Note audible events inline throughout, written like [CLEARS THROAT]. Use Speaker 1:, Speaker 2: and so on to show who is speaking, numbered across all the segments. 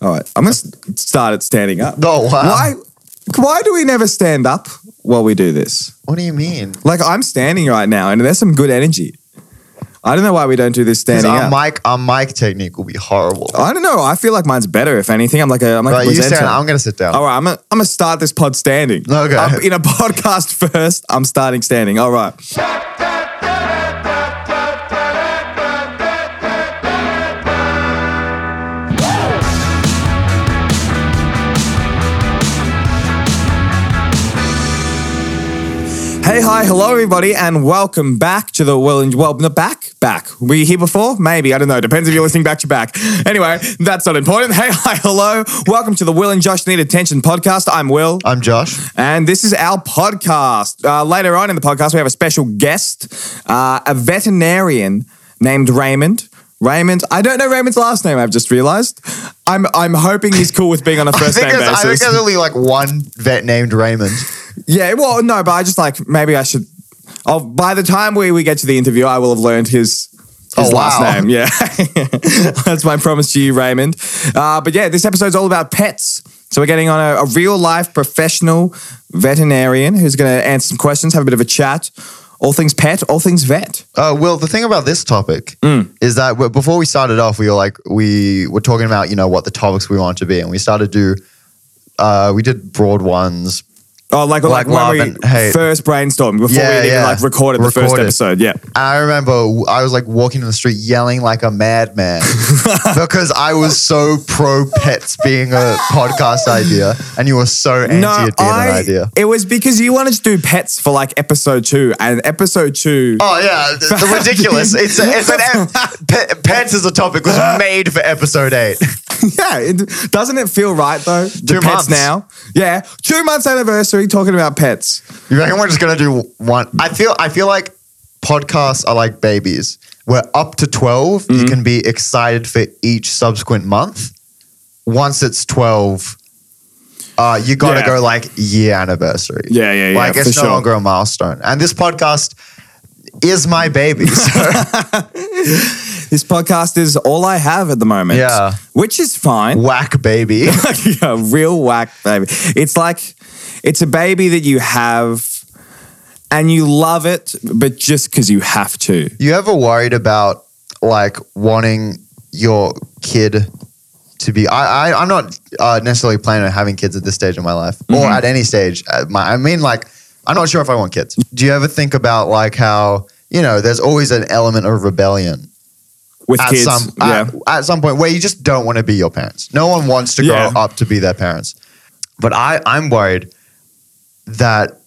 Speaker 1: All right. I'm going to start at standing up.
Speaker 2: Oh, wow.
Speaker 1: Why, why do we never stand up while we do this?
Speaker 2: What do you mean?
Speaker 1: Like, I'm standing right now and there's some good energy. I don't know why we don't do this
Speaker 2: Because
Speaker 1: standing
Speaker 2: our
Speaker 1: up.
Speaker 2: mic, our mic technique will be horrible.
Speaker 1: I don't know. I feel like mine's better, if anything. I'm like a, I'm like
Speaker 2: Right,
Speaker 1: a
Speaker 2: you
Speaker 1: presenter.
Speaker 2: stand. I'm gonna sit down.
Speaker 1: All right, I'm gonna I'm gonna start this pod standing.
Speaker 2: Okay.
Speaker 1: I'm in a [LAUGHS] podcast first, I'm starting standing. All right. Hey, hi, hello, everybody, and welcome back to the Will and Well, not back, back. Were you here before? Maybe I don't know. Depends if you're listening back to back. Anyway, that's not important. Hey, [LAUGHS] hi, hello, welcome to the Will and Josh Need Attention podcast. I'm Will.
Speaker 2: I'm Josh.
Speaker 1: And this is our podcast. Uh, later on in the podcast, we have a special guest, uh, a veterinarian named Raymond. Raymond, I don't know Raymond's last name. I've just realized. I'm I'm hoping he's cool with being
Speaker 2: [LAUGHS]
Speaker 1: on a
Speaker 2: I
Speaker 1: first
Speaker 2: think,
Speaker 1: name
Speaker 2: there's,
Speaker 1: basis.
Speaker 2: I think there's only like one vet named Raymond.
Speaker 1: yeah, well, no, but I just like maybe I should. I'll, by the time we, we get to the interview, I will have learned his his
Speaker 2: Oh,
Speaker 1: last
Speaker 2: wow.
Speaker 1: name. Yeah, [LAUGHS] that's my promise to you, Raymond. Uh, but yeah, this episode's all about pets. So we're getting on a, a real life professional veterinarian who's going to answer some questions, have a bit of a chat, all things pet, all things vet.
Speaker 2: Uh, Will, the thing about this topic is that we- before we started off, we were like we were talking about you know what the topics we want to be, and we started to uh, we did broad ones.
Speaker 1: Oh, like like,
Speaker 2: Like
Speaker 1: when
Speaker 2: love
Speaker 1: we
Speaker 2: and hate.
Speaker 1: first brainstormed before
Speaker 2: Yeah,
Speaker 1: we even
Speaker 2: yeah.
Speaker 1: like recorded the first
Speaker 2: Recorded.
Speaker 1: episode. Yeah,
Speaker 2: I remember w- I was like walking in the street yelling like a madman because I was so pro pets being a podcast idea, and you were so anti it being an idea.
Speaker 1: It was because you wanted to do pets for like episode two, and episode two.
Speaker 2: Oh yeah, the, the ridiculous. It's a, it's an ep- pe- pants as a topic was made for episode eight.
Speaker 1: [LAUGHS] Yeah, it, doesn't it feel right though? The
Speaker 2: Two
Speaker 1: pets
Speaker 2: months.
Speaker 1: now. Yeah, two months anniversary talking about pets.
Speaker 2: You reckon we're just gonna do one? I feel I feel like podcasts are like babies. We're up to 12
Speaker 1: Mm-hmm.
Speaker 2: You can be excited for each subsequent month. Once it's twelve, uh, you gotta
Speaker 1: Yeah.
Speaker 2: go like year anniversary.
Speaker 1: Yeah, yeah, yeah,
Speaker 2: Like
Speaker 1: for
Speaker 2: it's no
Speaker 1: sure.
Speaker 2: longer a milestone. And this podcast is
Speaker 1: [LAUGHS]
Speaker 2: my baby. So
Speaker 1: [LAUGHS] This podcast is all I have at the moment. [LAUGHS]
Speaker 2: Yeah.
Speaker 1: which is fine. [LAUGHS]
Speaker 2: whack baby.
Speaker 1: yeah, real whack baby. It's like it's a baby that you have. And you love it, but just because you have to.
Speaker 2: You ever worried about like wanting your kid to be? I, I I'm not uh, necessarily planning on having kids at this stage of my life or
Speaker 1: Mm-hmm.
Speaker 2: at any stage. Uh, My, I mean, like, I'm not sure if I want kids. Do you ever think about like how you know there's always an element of rebellion
Speaker 1: With
Speaker 2: at
Speaker 1: kids,
Speaker 2: some
Speaker 1: yeah.
Speaker 2: at, at some point where you just don't want to be your parents. No one wants to
Speaker 1: Yeah.
Speaker 2: grow up to be their parents. But I I'm worried that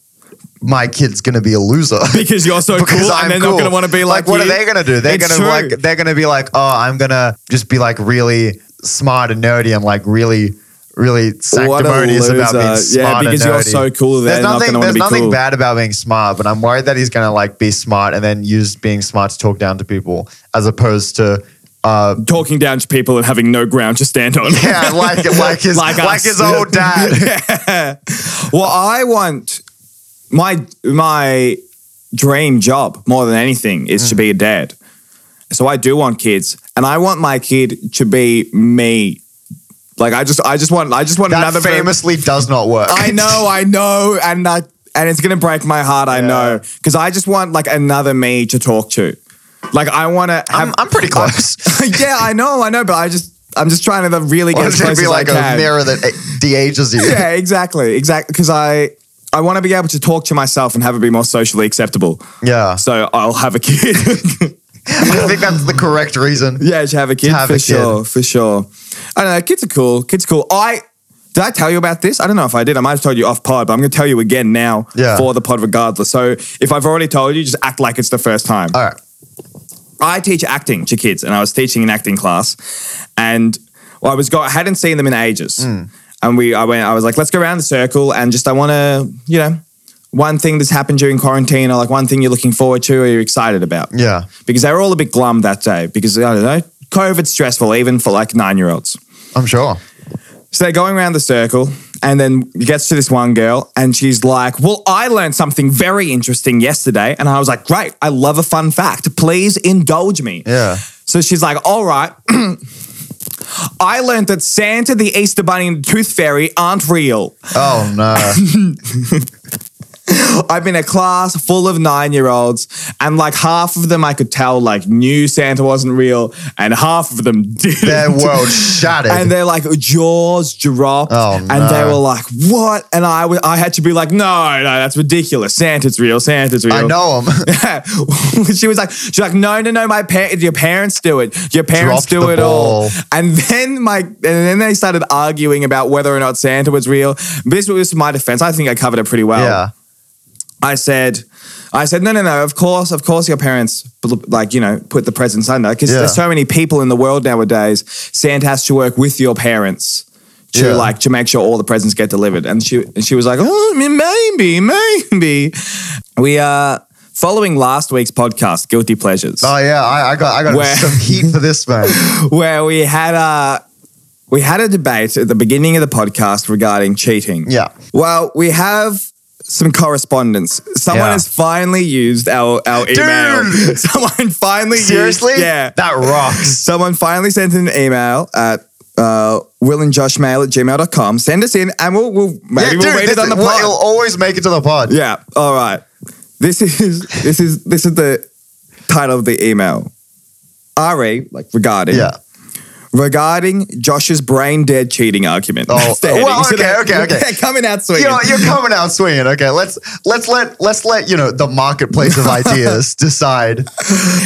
Speaker 2: my kid's gonna be a loser
Speaker 1: [LAUGHS] [LAUGHS] because you're so
Speaker 2: [LAUGHS] because
Speaker 1: cool,
Speaker 2: I'm
Speaker 1: and they're
Speaker 2: cool.
Speaker 1: not going to want to be like,
Speaker 2: what
Speaker 1: you.
Speaker 2: are they going to do? They're
Speaker 1: It's
Speaker 2: going to
Speaker 1: true.
Speaker 2: like they're going to be like, "Oh, I'm going to just be like really smart and nerdy and like really really sanctimonious about being
Speaker 1: loser.
Speaker 2: smart
Speaker 1: Yeah,
Speaker 2: and
Speaker 1: because you're
Speaker 2: nerdy."
Speaker 1: so cool, they're
Speaker 2: There's
Speaker 1: not
Speaker 2: nothing
Speaker 1: gonna wanna
Speaker 2: there's
Speaker 1: be
Speaker 2: nothing
Speaker 1: cool.
Speaker 2: bad about being smart, but I'm worried that he's going to like be smart and then use being smart to talk down to people as opposed to uh [LAUGHS]
Speaker 1: talking down to people and having no ground to stand on.
Speaker 2: yeah,
Speaker 1: [LAUGHS]
Speaker 2: like like his
Speaker 1: Like
Speaker 2: like,
Speaker 1: us.
Speaker 2: his old
Speaker 1: [LAUGHS]
Speaker 2: dad.
Speaker 1: well, I want my my dream job more than anything is to be a dad. So I do want kids, and I want my kid to be me. Like I just, I just want, I just want
Speaker 2: That
Speaker 1: another ver-
Speaker 2: famously does not work.
Speaker 1: I know, I know, and I, and it's gonna break my heart. I
Speaker 2: Yeah.
Speaker 1: know because I just want like another me to talk to. Like I want to have.
Speaker 2: I'm, I'm
Speaker 1: [LAUGHS]
Speaker 2: pretty close.
Speaker 1: yeah, I know, I know, but I just, I'm just trying to really get as
Speaker 2: It's going
Speaker 1: close
Speaker 2: to be
Speaker 1: as
Speaker 2: like
Speaker 1: I
Speaker 2: a
Speaker 1: can.
Speaker 2: mirror that eh, de-ages you.
Speaker 1: [LAUGHS] yeah, exactly, exactly. Because I, I want to be able to talk to myself and have it be more socially acceptable.
Speaker 2: yeah.
Speaker 1: So I'll have a kid. [LAUGHS]
Speaker 2: I think that's the correct reason.
Speaker 1: yeah, to have a kid
Speaker 2: Have
Speaker 1: for
Speaker 2: a kid.
Speaker 1: sure, for sure. I don't know. Kids are cool. Kids are cool. I. Did I tell you about this? I don't know if I did. I might have told you off pod, but I'm going to tell you again now
Speaker 2: Yeah.
Speaker 1: for the pod regardless. So if I've already told you, just act like it's the first time.
Speaker 2: All right.
Speaker 1: I teach acting to kids, and I was teaching an acting class, and well, I was go- I hadn't seen them in ages, and we I went I was like, let's go around the circle and just I want to you know one thing that's happened during quarantine or like one thing you're looking forward to or you're excited about
Speaker 2: Yeah.
Speaker 1: because they were all a bit glum that day because I don't know COVID's stressful even for like nine year olds.
Speaker 2: I'm sure.
Speaker 1: So they're going around the circle, and then it gets to this one girl, and she's like, Well, I learned something very interesting yesterday. And I was like, Great, I love a fun fact. Please indulge me.
Speaker 2: Yeah.
Speaker 1: So she's like, All right. [CLEARS THROAT] I learned that Santa, the Easter Bunny, and the Tooth Fairy aren't real.
Speaker 2: Oh no.
Speaker 1: I've been a class full of nine year olds, and like half of them I could tell like knew Santa wasn't real, and half of them [LAUGHS] didn't.
Speaker 2: Their world shattered.
Speaker 1: and their like jaws dropped,
Speaker 2: Oh,
Speaker 1: and
Speaker 2: no.
Speaker 1: they were like, "What?" And I, w- I had to be like, "No, no, that's ridiculous. Santa's real. Santa's real."
Speaker 2: I know them.
Speaker 1: [LAUGHS] she was like, she's like, no, no, no, my pa- your parents do it. Your parents
Speaker 2: Dropped
Speaker 1: do
Speaker 2: the
Speaker 1: it all.
Speaker 2: ball.
Speaker 1: And then my, and then they started arguing about whether or not Santa was real. This was my defense. I think I covered it pretty well.
Speaker 2: [LAUGHS] yeah.
Speaker 1: I said, I said, no, no, no. Of course, of course, your parents, bl- like you know, put the presents under because
Speaker 2: Yeah.
Speaker 1: there's so many people in the world nowadays. Santa has to work with your parents to
Speaker 2: Yeah.
Speaker 1: like to make sure all the presents get delivered. And she, and she was like, oh, I mean, maybe, maybe. We are following last week's podcast, guilty pleasures,
Speaker 2: Oh yeah. I, I got I got
Speaker 1: Where-
Speaker 2: some heat for this man.
Speaker 1: where we had a we had a debate at the beginning of the podcast regarding cheating.
Speaker 2: Yeah.
Speaker 1: [LAUGHS] Well, we have some correspondence. Someone
Speaker 2: Yeah.
Speaker 1: has finally used our, our email. [LAUGHS]
Speaker 2: Dude!
Speaker 1: Someone finally used-
Speaker 2: Seriously?
Speaker 1: yeah.
Speaker 2: That rocks.
Speaker 1: Someone finally sent an email at uh, willandjoshmail at gmail.com. Send us in and we'll, we'll maybe we'll read it
Speaker 2: this-
Speaker 1: on the
Speaker 2: well,
Speaker 1: pod.
Speaker 2: It'll always make it to the pod.
Speaker 1: yeah. All right. This is this is this is the title of the email. Re like regarding
Speaker 2: Yeah.
Speaker 1: regarding Josh's brain dead cheating argument. [LAUGHS]
Speaker 2: Oh,
Speaker 1: That's the heading.
Speaker 2: well,
Speaker 1: So
Speaker 2: okay,
Speaker 1: they're-
Speaker 2: okay, okay.
Speaker 1: [LAUGHS] they're coming out swinging.
Speaker 2: You know, you're coming out swinging. Okay, let's let's let let's let you know the marketplace
Speaker 1: [LAUGHS]
Speaker 2: of ideas decide.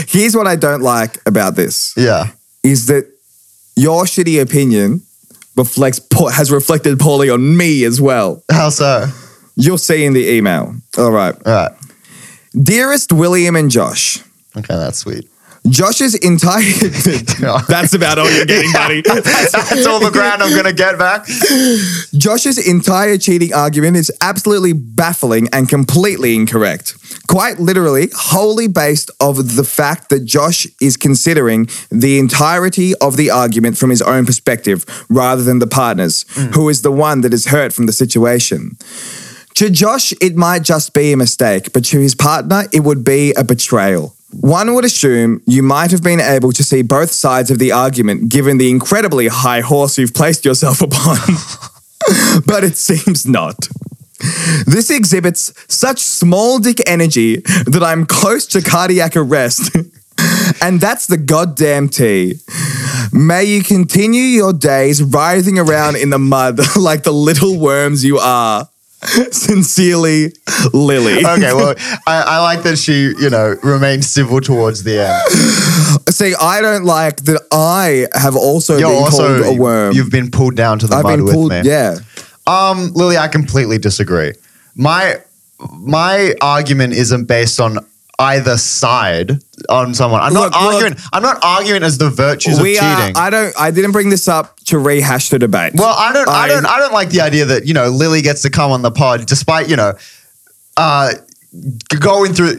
Speaker 1: Here's what I don't like about this
Speaker 2: Yeah,
Speaker 1: is that your shitty opinion reflects po- has reflected poorly on me as well.
Speaker 2: how so?
Speaker 1: You'll see in the email. All right.
Speaker 2: All right.
Speaker 1: Dearest William and Josh,
Speaker 2: Okay, that's sweet.
Speaker 1: Josh's entire [LAUGHS] That's about all you're getting, buddy.
Speaker 2: [LAUGHS] That's all the ground I'm gonna get back.
Speaker 1: Josh's entire cheating argument is absolutely baffling and completely incorrect. Quite literally, wholly based of the fact that Josh is considering the entirety of the argument from his own perspective rather than the partner's, who is the one that is hurt from the situation. To Josh, it might just be a mistake, but to his partner, it would be a betrayal. One would assume you might have been able to see both sides of the argument given the incredibly high horse you've placed yourself [LAUGHS] upon, but it [LAUGHS] seems not. This exhibits such small dick energy that I'm close to cardiac arrest. [LAUGHS] And that's the goddamn tea. May you continue your days writhing around in the mud [LAUGHS] like the little worms you are. [LAUGHS] Sincerely, Lily. [LAUGHS]
Speaker 2: Okay, well, I, I like that she, you know, remained civil towards the end.
Speaker 1: See, I don't like that I have also
Speaker 2: You're
Speaker 1: been
Speaker 2: also
Speaker 1: called a worm.
Speaker 2: You've been pulled down to the
Speaker 1: I've
Speaker 2: mud
Speaker 1: been
Speaker 2: with
Speaker 1: pulled.
Speaker 2: me.
Speaker 1: Yeah.
Speaker 2: Um, Lily, I completely disagree. My my argument isn't based on either side on someone. I'm
Speaker 1: Look,
Speaker 2: not
Speaker 1: look.
Speaker 2: arguing. I'm not arguing as the virtues
Speaker 1: we
Speaker 2: of
Speaker 1: are,
Speaker 2: cheating.
Speaker 1: I don't. I didn't bring this up to rehash the debate.
Speaker 2: well, I don't. I,
Speaker 1: I-
Speaker 2: don't. I don't like the idea that you know Lily gets to come on the pod, despite you know, uh, g- going through.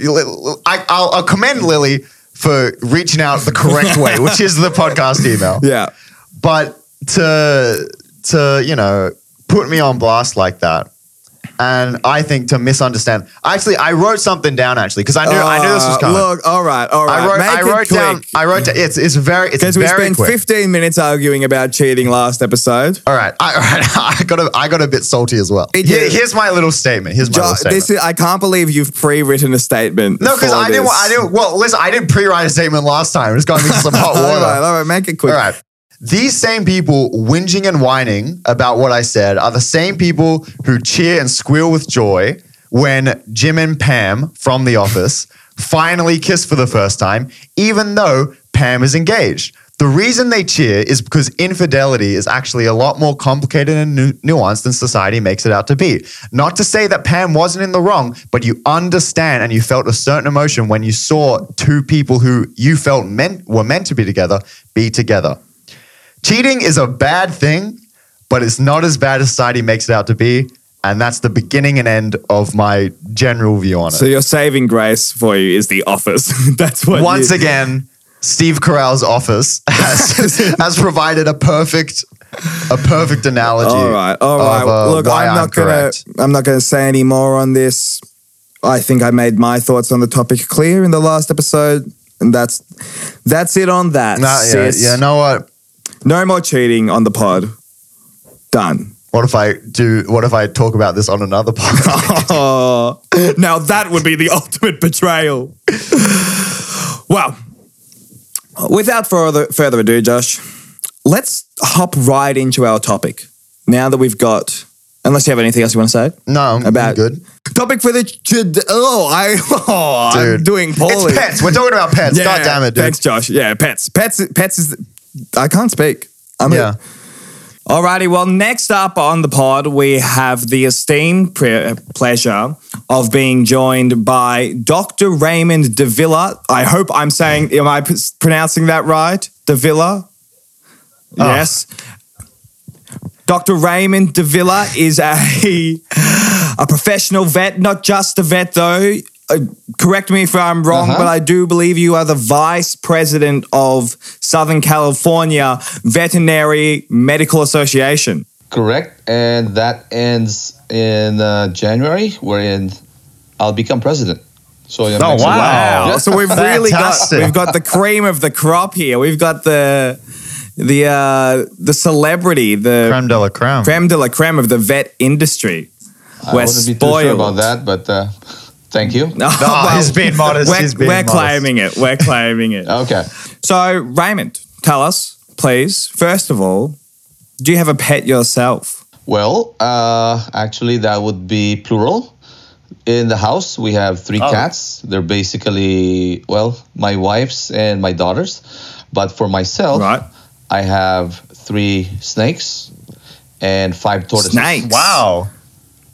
Speaker 2: I, I'll, I'll commend Lily for reaching out the
Speaker 1: [LAUGHS]
Speaker 2: correct way, which is the podcast email.
Speaker 1: yeah.
Speaker 2: but to to you know put me on blast like that and i think to misunderstand actually i wrote something down actually because i knew i knew this was
Speaker 1: Uh,
Speaker 2: coming
Speaker 1: Look, all right, all right.
Speaker 2: i wrote i
Speaker 1: Make it
Speaker 2: wrote down i wrote down it's it's very it's
Speaker 1: Because we
Speaker 2: very
Speaker 1: spent
Speaker 2: quick
Speaker 1: 15 minutes arguing about cheating last episode.
Speaker 2: all right, I, [LAUGHS] all right. I got a, I got a bit salty as well.
Speaker 1: It
Speaker 2: Here-
Speaker 1: did.
Speaker 2: here's my little statement. Here's my
Speaker 1: Jo-
Speaker 2: little statement.
Speaker 1: this is, I can't believe you've pre-written a statement.
Speaker 2: no, because
Speaker 1: for
Speaker 2: I didn't.
Speaker 1: this.
Speaker 2: wa- I didn't. Well, listen, I didn't pre-write a statement last time. It's got me
Speaker 1: [LAUGHS]
Speaker 2: some hot
Speaker 1: All
Speaker 2: water.
Speaker 1: right, all right, make it quick.
Speaker 2: All right. These same people whinging and whining about what I said are the same people who cheer and squeal with joy when Jim and Pam from The Office finally kiss for the first time, even though Pam is engaged. The reason they cheer is because infidelity is actually a lot more complicated and nu- nuanced than society makes it out to be. Not to say that Pam wasn't in the wrong, but you understand and you felt a certain emotion when you saw two people who you felt meant were meant to be together be together. Cheating is a bad thing, but it's not as bad as society makes it out to be. And that's the beginning and end of my general view on it.
Speaker 1: So your saving grace for you is the office. [LAUGHS] That's what
Speaker 2: Once
Speaker 1: you-
Speaker 2: again, Steve Carell's office
Speaker 1: [LAUGHS]
Speaker 2: [LAUGHS] has, has provided a perfect a perfect analogy.
Speaker 1: All right, all right.
Speaker 2: of, uh,
Speaker 1: Look,
Speaker 2: why
Speaker 1: I'm not gonna.
Speaker 2: correct.
Speaker 1: I'm not gonna say any more on this. I think I made my thoughts on the topic clear in the last episode, and that's that's it on that.
Speaker 2: No, yeah,
Speaker 1: sis.
Speaker 2: you know what?
Speaker 1: No more cheating on the pod. Done. [LAUGHS]
Speaker 2: What if I do? What if I talk about this on another [LAUGHS] podcast?
Speaker 1: Oh, now that would be the [LAUGHS] ultimate betrayal. well, without further further ado, Josh, let's hop right into our topic. Now that we've got, unless you have anything else you want to say,
Speaker 2: No, I'm, I'm
Speaker 1: About-
Speaker 2: good.
Speaker 1: topic for the to- oh I [LAUGHS] oh I'm
Speaker 2: Dude.
Speaker 1: doing poorly.
Speaker 2: It's pets. We're talking about pets.
Speaker 1: Yeah,
Speaker 2: God damn it, dude.
Speaker 1: Thanks, Josh. Yeah, pets. Pets. Pets is. I can't speak. I'm
Speaker 2: Yeah.
Speaker 1: Alrighty, well, next up on the pod, we have the esteemed pre- pleasure of being joined by Dr. Raymond Davila. I hope I'm saying, am I p- pronouncing that right? Davila? Yes. Dr. Raymond Davila is a, [LAUGHS] a professional vet, not just a vet though. Uh, correct me if I'm wrong,
Speaker 2: Uh-huh.
Speaker 1: but I do believe you are the vice president of Southern California Veterinary Medical Association.
Speaker 3: Correct, and that ends in uh, January, wherein I'll become president. So yeah,
Speaker 2: Oh,
Speaker 3: next-
Speaker 2: wow.
Speaker 3: Yeah.
Speaker 1: So we've
Speaker 2: [LAUGHS]
Speaker 1: really got
Speaker 2: Fantastic.
Speaker 1: we've got the cream of the crop here. We've got the the uh, the celebrity, the
Speaker 2: Creme de la creme.
Speaker 1: creme de la creme of the vet industry.
Speaker 3: I
Speaker 1: We're
Speaker 3: wouldn't be too sure
Speaker 1: spoiled. [LAUGHS]
Speaker 3: about that, but uh, thank you.
Speaker 1: Oh,
Speaker 2: No,
Speaker 1: well,
Speaker 2: he's being modest.
Speaker 1: we're
Speaker 2: he's being
Speaker 1: we're
Speaker 2: modest.
Speaker 1: claiming it. We're claiming it.
Speaker 3: Okay.
Speaker 1: So, Raymond, tell us, please, first of all, do you have a pet yourself?
Speaker 3: Well, uh, actually, that would be plural. In the house, we have three
Speaker 2: Oh.
Speaker 3: cats. They're basically, well, my wife's and my daughter's. But for myself,
Speaker 1: Right.
Speaker 3: I have three snakes and five tortoises.
Speaker 1: Snakes.
Speaker 2: Wow.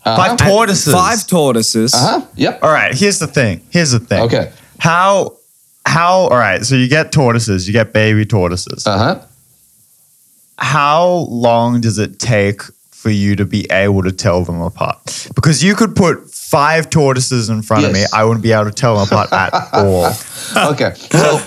Speaker 3: Uh-huh.
Speaker 2: Five tortoises.
Speaker 1: Five tortoises.
Speaker 3: Uh-huh. Yep.
Speaker 2: All right. Here's the thing. Here's the thing.
Speaker 3: Okay.
Speaker 2: How? How? All right. So you get tortoises. You get baby tortoises.
Speaker 3: Uh-huh.
Speaker 2: how long does it take for you to be able to tell them apart? Because you could put five tortoises in front of me,
Speaker 3: Yes.
Speaker 2: I wouldn't be able to tell them apart
Speaker 3: [LAUGHS]
Speaker 2: at all.
Speaker 3: okay. So,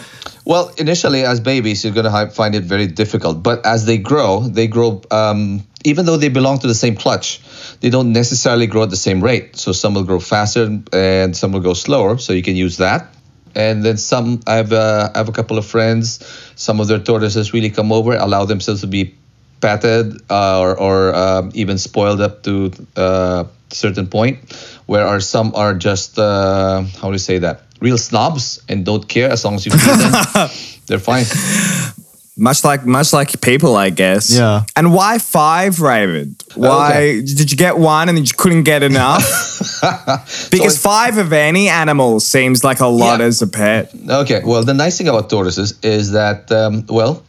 Speaker 3: well, initially as babies, you're going to find it very difficult. But as they grow, they grow. Um, even though they belong to the same clutch, they don't necessarily grow at the same rate. So some will grow faster and some will go slower. So you can use that. And then some, I have, uh, I have a couple of friends. Some of their tortoises really come over, allow themselves to be patted uh, or, or um, even spoiled up to uh, certain point, whereas some are just uh, how do you say that real snobs and don't care as long as you feed
Speaker 1: [LAUGHS]
Speaker 3: them, they're fine.
Speaker 1: Much like much like people, I guess.
Speaker 2: Yeah.
Speaker 1: And why five, Raymond? Why
Speaker 3: Okay.
Speaker 1: did you get one and you couldn't get enough? because
Speaker 3: [LAUGHS] So
Speaker 1: five of any animal seems like a lot
Speaker 3: Yeah.
Speaker 1: as a pet.
Speaker 3: Okay, well the nice thing about tortoises is that um, well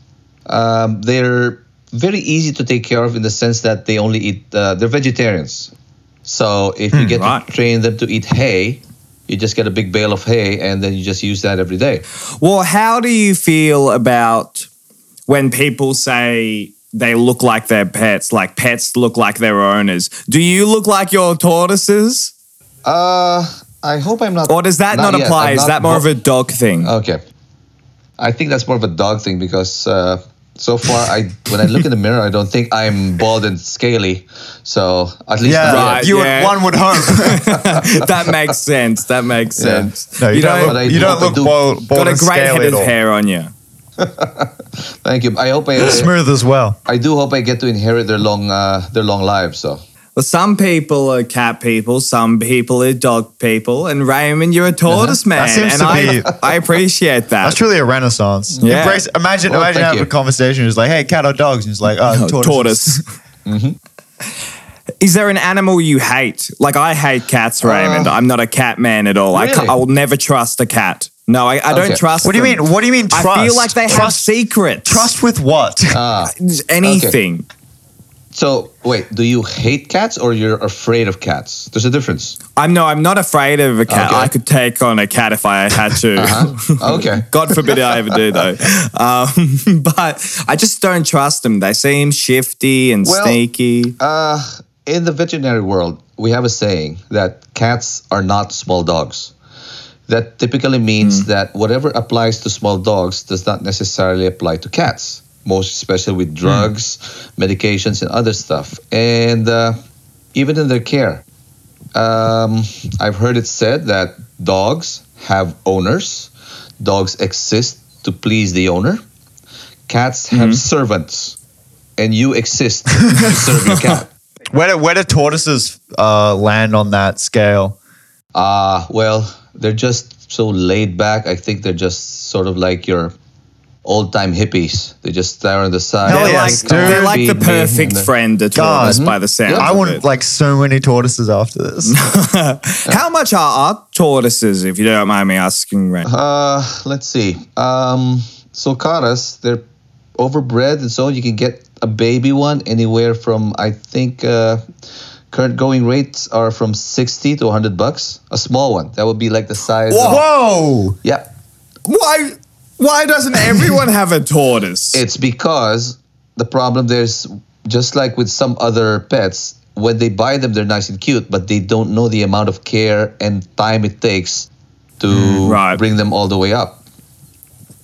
Speaker 3: um, they're very easy to take care of in the sense that they only eat uh, they're vegetarians. So if you get
Speaker 1: Hmm, right.
Speaker 3: to train them to eat hay, you just get a big bale of hay and then you just use that every day.
Speaker 1: Well, how do you feel about when people say they look like their pets, like pets look like their owners? Do you look like your tortoises?
Speaker 3: Uh, I hope I'm not.
Speaker 1: Or does that not,
Speaker 3: yet.
Speaker 1: apply?
Speaker 3: I'm
Speaker 1: Is
Speaker 3: not-
Speaker 1: that more
Speaker 2: [LAUGHS]
Speaker 1: of a dog thing?
Speaker 2: Oh.
Speaker 3: Okay, I think that's more of a dog thing because uh, so far, I when I look in the mirror, I don't think I'm bald and scaly. So at least
Speaker 2: Yeah,
Speaker 3: not
Speaker 1: Right,
Speaker 3: yet.
Speaker 2: you
Speaker 1: yeah.
Speaker 2: Would, one would
Speaker 1: [LAUGHS]
Speaker 2: hope.
Speaker 1: [LAUGHS] that makes sense. That makes
Speaker 3: Yeah.
Speaker 1: sense.
Speaker 2: No, you, don't.
Speaker 3: but I
Speaker 2: look, you don't
Speaker 3: hope I
Speaker 2: look
Speaker 3: do.
Speaker 2: bald, bald
Speaker 1: Got a
Speaker 2: and
Speaker 1: great
Speaker 2: scaly
Speaker 1: head
Speaker 2: at
Speaker 1: of
Speaker 2: all.
Speaker 1: hair on you.
Speaker 3: Thank you. I hope I.
Speaker 2: Smooth as well.
Speaker 3: I do hope I get to inherit their long uh, their long lives. So
Speaker 1: Well, some people are cat people, some people are dog people, and Raymond, you're a tortoise man,
Speaker 2: Uh-huh. seems
Speaker 1: and
Speaker 2: to
Speaker 1: I,
Speaker 2: be-
Speaker 1: I appreciate that.
Speaker 2: [LAUGHS] That's truly a renaissance.
Speaker 1: Yeah.
Speaker 2: Embrace, imagine
Speaker 3: Well,
Speaker 2: imagine
Speaker 3: thank
Speaker 2: having
Speaker 3: you.
Speaker 2: a conversation. It's like, hey, cat or dogs? And it's like, oh,
Speaker 1: Oh,
Speaker 2: tortoise.
Speaker 1: tortoise. [LAUGHS]
Speaker 2: Mm-hmm.
Speaker 1: Is there an animal you hate? Like I hate
Speaker 2: Uh,
Speaker 1: cats, Raymond. I'm not a cat man at all. I ca-
Speaker 3: Really?
Speaker 1: I will never trust a cat. No, I, I don't
Speaker 3: Okay.
Speaker 1: trust.
Speaker 2: What do you
Speaker 1: them.
Speaker 2: mean? What do you mean trust?
Speaker 1: I feel like they have
Speaker 2: trust,
Speaker 1: secrets.
Speaker 2: trust with
Speaker 1: [LAUGHS]
Speaker 2: what?
Speaker 3: ah,
Speaker 1: anything.
Speaker 3: so wait, do you hate cats or you're afraid of cats? There's a difference.
Speaker 1: I'm no, I'm not afraid of a cat.
Speaker 3: Okay. Uh-huh.
Speaker 1: I could take on a cat if I had to.
Speaker 3: Huh? okay.
Speaker 1: [LAUGHS] God forbid I ever do though. Um, [LAUGHS] but I just don't trust them. They seem shifty and
Speaker 3: Well,
Speaker 1: sneaky.
Speaker 3: Uh, in the veterinary world, we have a saying that cats are not small dogs. That typically means that whatever applies to small dogs does not necessarily apply to cats, most especially with drugs, medications, and other stuff. And uh, even in their care, um, I've heard it said that dogs have owners, dogs exist to please the owner. Cats have servants, and you exist to serve your cat.
Speaker 2: Where do, where do tortoises uh, land on that scale?
Speaker 3: Ah, well, they're just so laid back. I think they're just sort of like your old time hippies. They just stare on the side.
Speaker 2: Hell
Speaker 1: They're,
Speaker 2: yeah,
Speaker 1: like,
Speaker 2: dude.
Speaker 1: they're like the
Speaker 3: Feed me.
Speaker 1: perfect friend to
Speaker 2: God.
Speaker 1: us by the sound.
Speaker 2: I
Speaker 1: of
Speaker 2: want
Speaker 1: it.
Speaker 2: like so many tortoises after this.
Speaker 1: [LAUGHS]
Speaker 3: [LAUGHS]
Speaker 1: How much are our tortoises, if you don't mind me asking, Ray?
Speaker 3: Uh, let's see. Um, so karas, they're overbred, and so you can get a baby one anywhere from I think uh, current going rates are from sixty to hundred bucks. A small one that would be like the size. Of,
Speaker 2: Whoa!
Speaker 3: yeah,
Speaker 1: Why? Why doesn't everyone have a
Speaker 3: [LAUGHS]
Speaker 1: tortoise?
Speaker 3: it's because the problem there's just like with some other pets. When they buy them, they're nice and cute, but they don't know the amount of care and time it takes to
Speaker 1: right.
Speaker 3: bring them all the way up.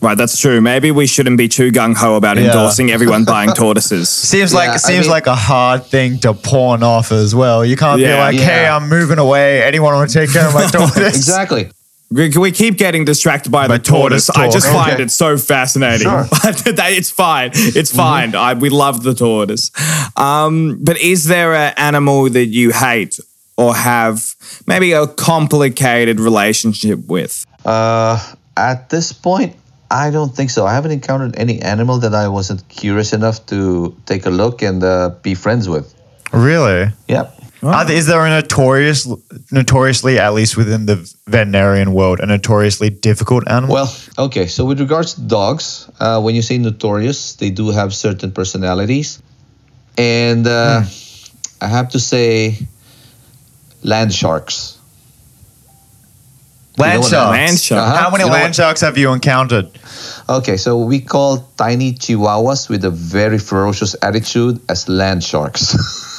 Speaker 1: right, that's true. Maybe we shouldn't be too gung ho about
Speaker 2: Yeah.
Speaker 1: endorsing everyone buying
Speaker 2: [LAUGHS]
Speaker 1: tortoises.
Speaker 2: Seems
Speaker 3: Yeah, I
Speaker 2: like seems
Speaker 3: mean-
Speaker 2: like a hard thing to pawn off as well. You can't be
Speaker 1: Yeah.
Speaker 2: like, "Hey,
Speaker 3: Yeah.
Speaker 2: I'm moving away. Anyone want to take care of
Speaker 3: [LAUGHS]
Speaker 2: my tortoise?"
Speaker 3: Exactly.
Speaker 1: We, we keep getting distracted by
Speaker 2: By
Speaker 1: the tortoise.
Speaker 2: tortoise
Speaker 1: I just
Speaker 2: talk.
Speaker 1: find
Speaker 3: Okay.
Speaker 1: it so fascinating. [LAUGHS]
Speaker 3: Sure.
Speaker 1: That- it's fine. It's fine. I, we love the tortoise. Um, but is there an animal that you hate or have maybe a complicated relationship with?
Speaker 3: Uh, at this point, I don't think so. I haven't encountered any animal that I wasn't curious enough to take a look and uh, be friends with.
Speaker 2: Really?
Speaker 3: Yeah.
Speaker 2: Are there- is there a notorious, notoriously, at least within the veterinarian world, a notoriously difficult animal?
Speaker 3: Well, okay. So with regards to dogs, uh, when you say notorious, they do have certain personalities, and uh, I have to say, land sharks.
Speaker 2: land
Speaker 3: you
Speaker 2: sharks.
Speaker 3: know what-
Speaker 1: Land shark.
Speaker 3: Uh-huh.
Speaker 2: How many
Speaker 3: You know
Speaker 2: land
Speaker 3: what-
Speaker 2: sharks have you
Speaker 3: [LAUGHS]
Speaker 2: encountered?
Speaker 3: Okay, so we call tiny chihuahuas with a very ferocious attitude as land sharks. [LAUGHS]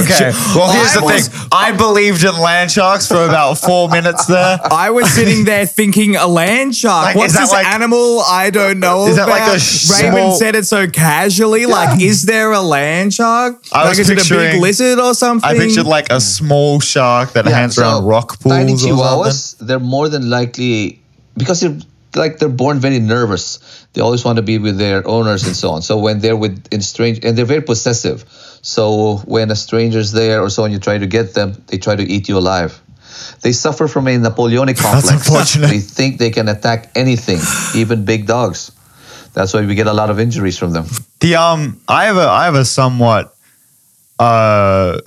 Speaker 2: Okay. Well, here's the
Speaker 1: I was-
Speaker 2: thing. I believed in land sharks for about four minutes there.
Speaker 1: I
Speaker 2: [LAUGHS]
Speaker 1: was sitting there thinking a land shark.
Speaker 2: Like,
Speaker 1: What's
Speaker 2: is that
Speaker 1: this
Speaker 2: like-
Speaker 1: animal I don't know
Speaker 2: Is that
Speaker 1: about?
Speaker 2: like a sh-
Speaker 1: Raymond
Speaker 2: small-
Speaker 1: said it so casually. Like, is there a land shark?
Speaker 2: I
Speaker 1: like,
Speaker 2: was
Speaker 1: is it a
Speaker 2: picturing-
Speaker 1: big lizard or something?
Speaker 2: I pictured like a small shark that
Speaker 3: Yeah,
Speaker 2: hangs
Speaker 3: so
Speaker 2: around rock pools
Speaker 3: Tiny
Speaker 2: or something.
Speaker 3: chihuahuas, they're more than likely because they're like they're born very nervous. They always want to be with their owners and so on. So when they're with in strange and they're very possessive. So when a stranger's there or so on, you try to get them, they try to eat you alive. They suffer from a Napoleonic complex.
Speaker 2: unfortunate.
Speaker 3: They think they can attack anything, even big dogs. That's why we get a lot of injuries from them.
Speaker 2: The um, I have a I have a somewhat uh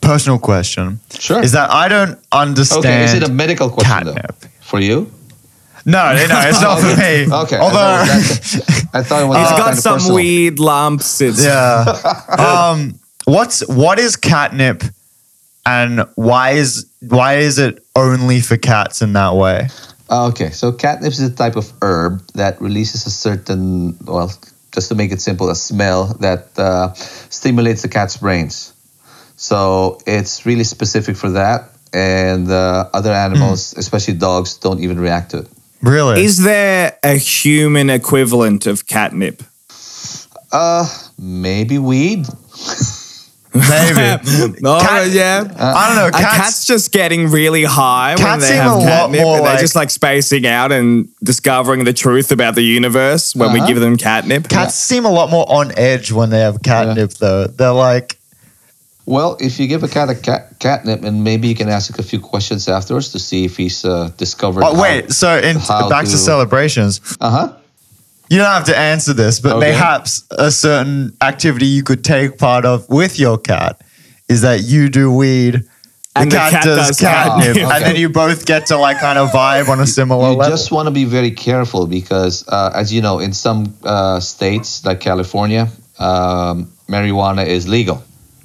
Speaker 2: personal question.
Speaker 3: Sure.
Speaker 2: Is that I don't understand.
Speaker 3: okay, is it a medical
Speaker 2: catnip?
Speaker 3: question though? For you?
Speaker 2: No, no, no, it's not for me.
Speaker 3: [LAUGHS] Okay. I
Speaker 2: Although,
Speaker 3: thought it was that- I thought it was
Speaker 2: uh,
Speaker 1: It's
Speaker 3: that
Speaker 1: got
Speaker 3: kind of
Speaker 1: some
Speaker 3: personal.
Speaker 1: weird lumps. It's
Speaker 2: [LAUGHS]
Speaker 3: [LAUGHS]
Speaker 2: yeah. Um, what's what is catnip, and why is why is it only for cats in that way?
Speaker 3: Ah, Okay, so catnip is a type of herb that releases a certain, well, just to make it simple, a smell that uh, stimulates the cat's brains. So it's really specific for that, and uh, other animals,
Speaker 2: Hmm.
Speaker 3: especially dogs, don't even react to it.
Speaker 2: Really?
Speaker 1: Is there a human equivalent of catnip?
Speaker 3: Uh, maybe weed.
Speaker 2: Maybe.
Speaker 1: [LAUGHS] No,
Speaker 2: Cat-
Speaker 1: Oh, yeah.
Speaker 2: I don't know.
Speaker 1: A
Speaker 2: Cats.
Speaker 1: cat's just getting really high when
Speaker 2: Cats
Speaker 1: they
Speaker 2: seem a
Speaker 1: have
Speaker 2: lot
Speaker 1: catnip,
Speaker 2: more
Speaker 1: and they're
Speaker 2: like-
Speaker 1: just like spacing out and discovering the truth about the universe when we
Speaker 3: Uh-huh.
Speaker 1: give them catnip.
Speaker 2: cats seem a lot more on edge when they have catnip, though. They're like,
Speaker 3: Well, if you give a cat a cat- catnip, and maybe you can ask a few questions afterwards to see if he's uh, discovered.
Speaker 2: oh wait. So in
Speaker 3: How
Speaker 2: back to
Speaker 3: to-
Speaker 2: celebrations,
Speaker 3: Uh huh.
Speaker 2: You don't have to answer this, but
Speaker 3: Okay.
Speaker 2: perhaps a certain activity you could take part of with your cat is that you do weed. The,
Speaker 1: And the
Speaker 2: cat,
Speaker 1: cat
Speaker 2: does,
Speaker 1: does [LAUGHS]
Speaker 2: catnip, [LAUGHS]
Speaker 1: catnip.
Speaker 2: and then you both get to like kind of vibe on a similar
Speaker 3: you
Speaker 2: level.
Speaker 3: just want to be very careful because, uh, as you know, in some uh, states like California, um, marijuana is legal.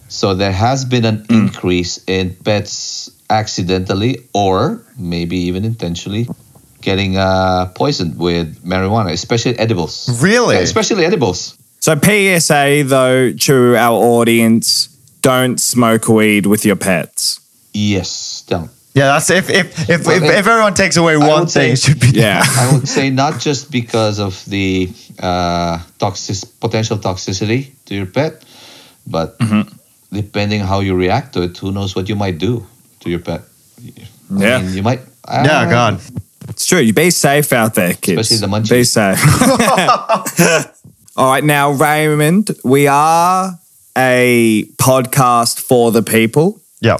Speaker 3: So there has been an
Speaker 2: Hmm.
Speaker 3: increase in pets accidentally or maybe even intentionally getting uh, poisoned with marijuana, especially edibles.
Speaker 2: Really?
Speaker 3: Yeah, especially edibles.
Speaker 1: So PSA though to our audience, don't smoke weed with your pets.
Speaker 3: Yes, don't.
Speaker 2: yeah, that's if if if,
Speaker 3: Well,
Speaker 2: if,
Speaker 3: it-
Speaker 2: if everyone takes away
Speaker 3: would
Speaker 2: one thing,
Speaker 3: say-
Speaker 2: it should be
Speaker 1: Yeah.
Speaker 3: I would say not just because of the uh, toxic potential toxicity to your pet, but depending how you react to it, who knows what you might do to your pet? I
Speaker 1: Yeah.
Speaker 3: mean, you might.
Speaker 2: [LAUGHS] yeah, God.
Speaker 1: It's true. You be safe out there, kids.
Speaker 3: Especially the munchies.
Speaker 1: Be safe. [LAUGHS] All right, now Raymond, we are a podcast for the people.
Speaker 2: Yeah.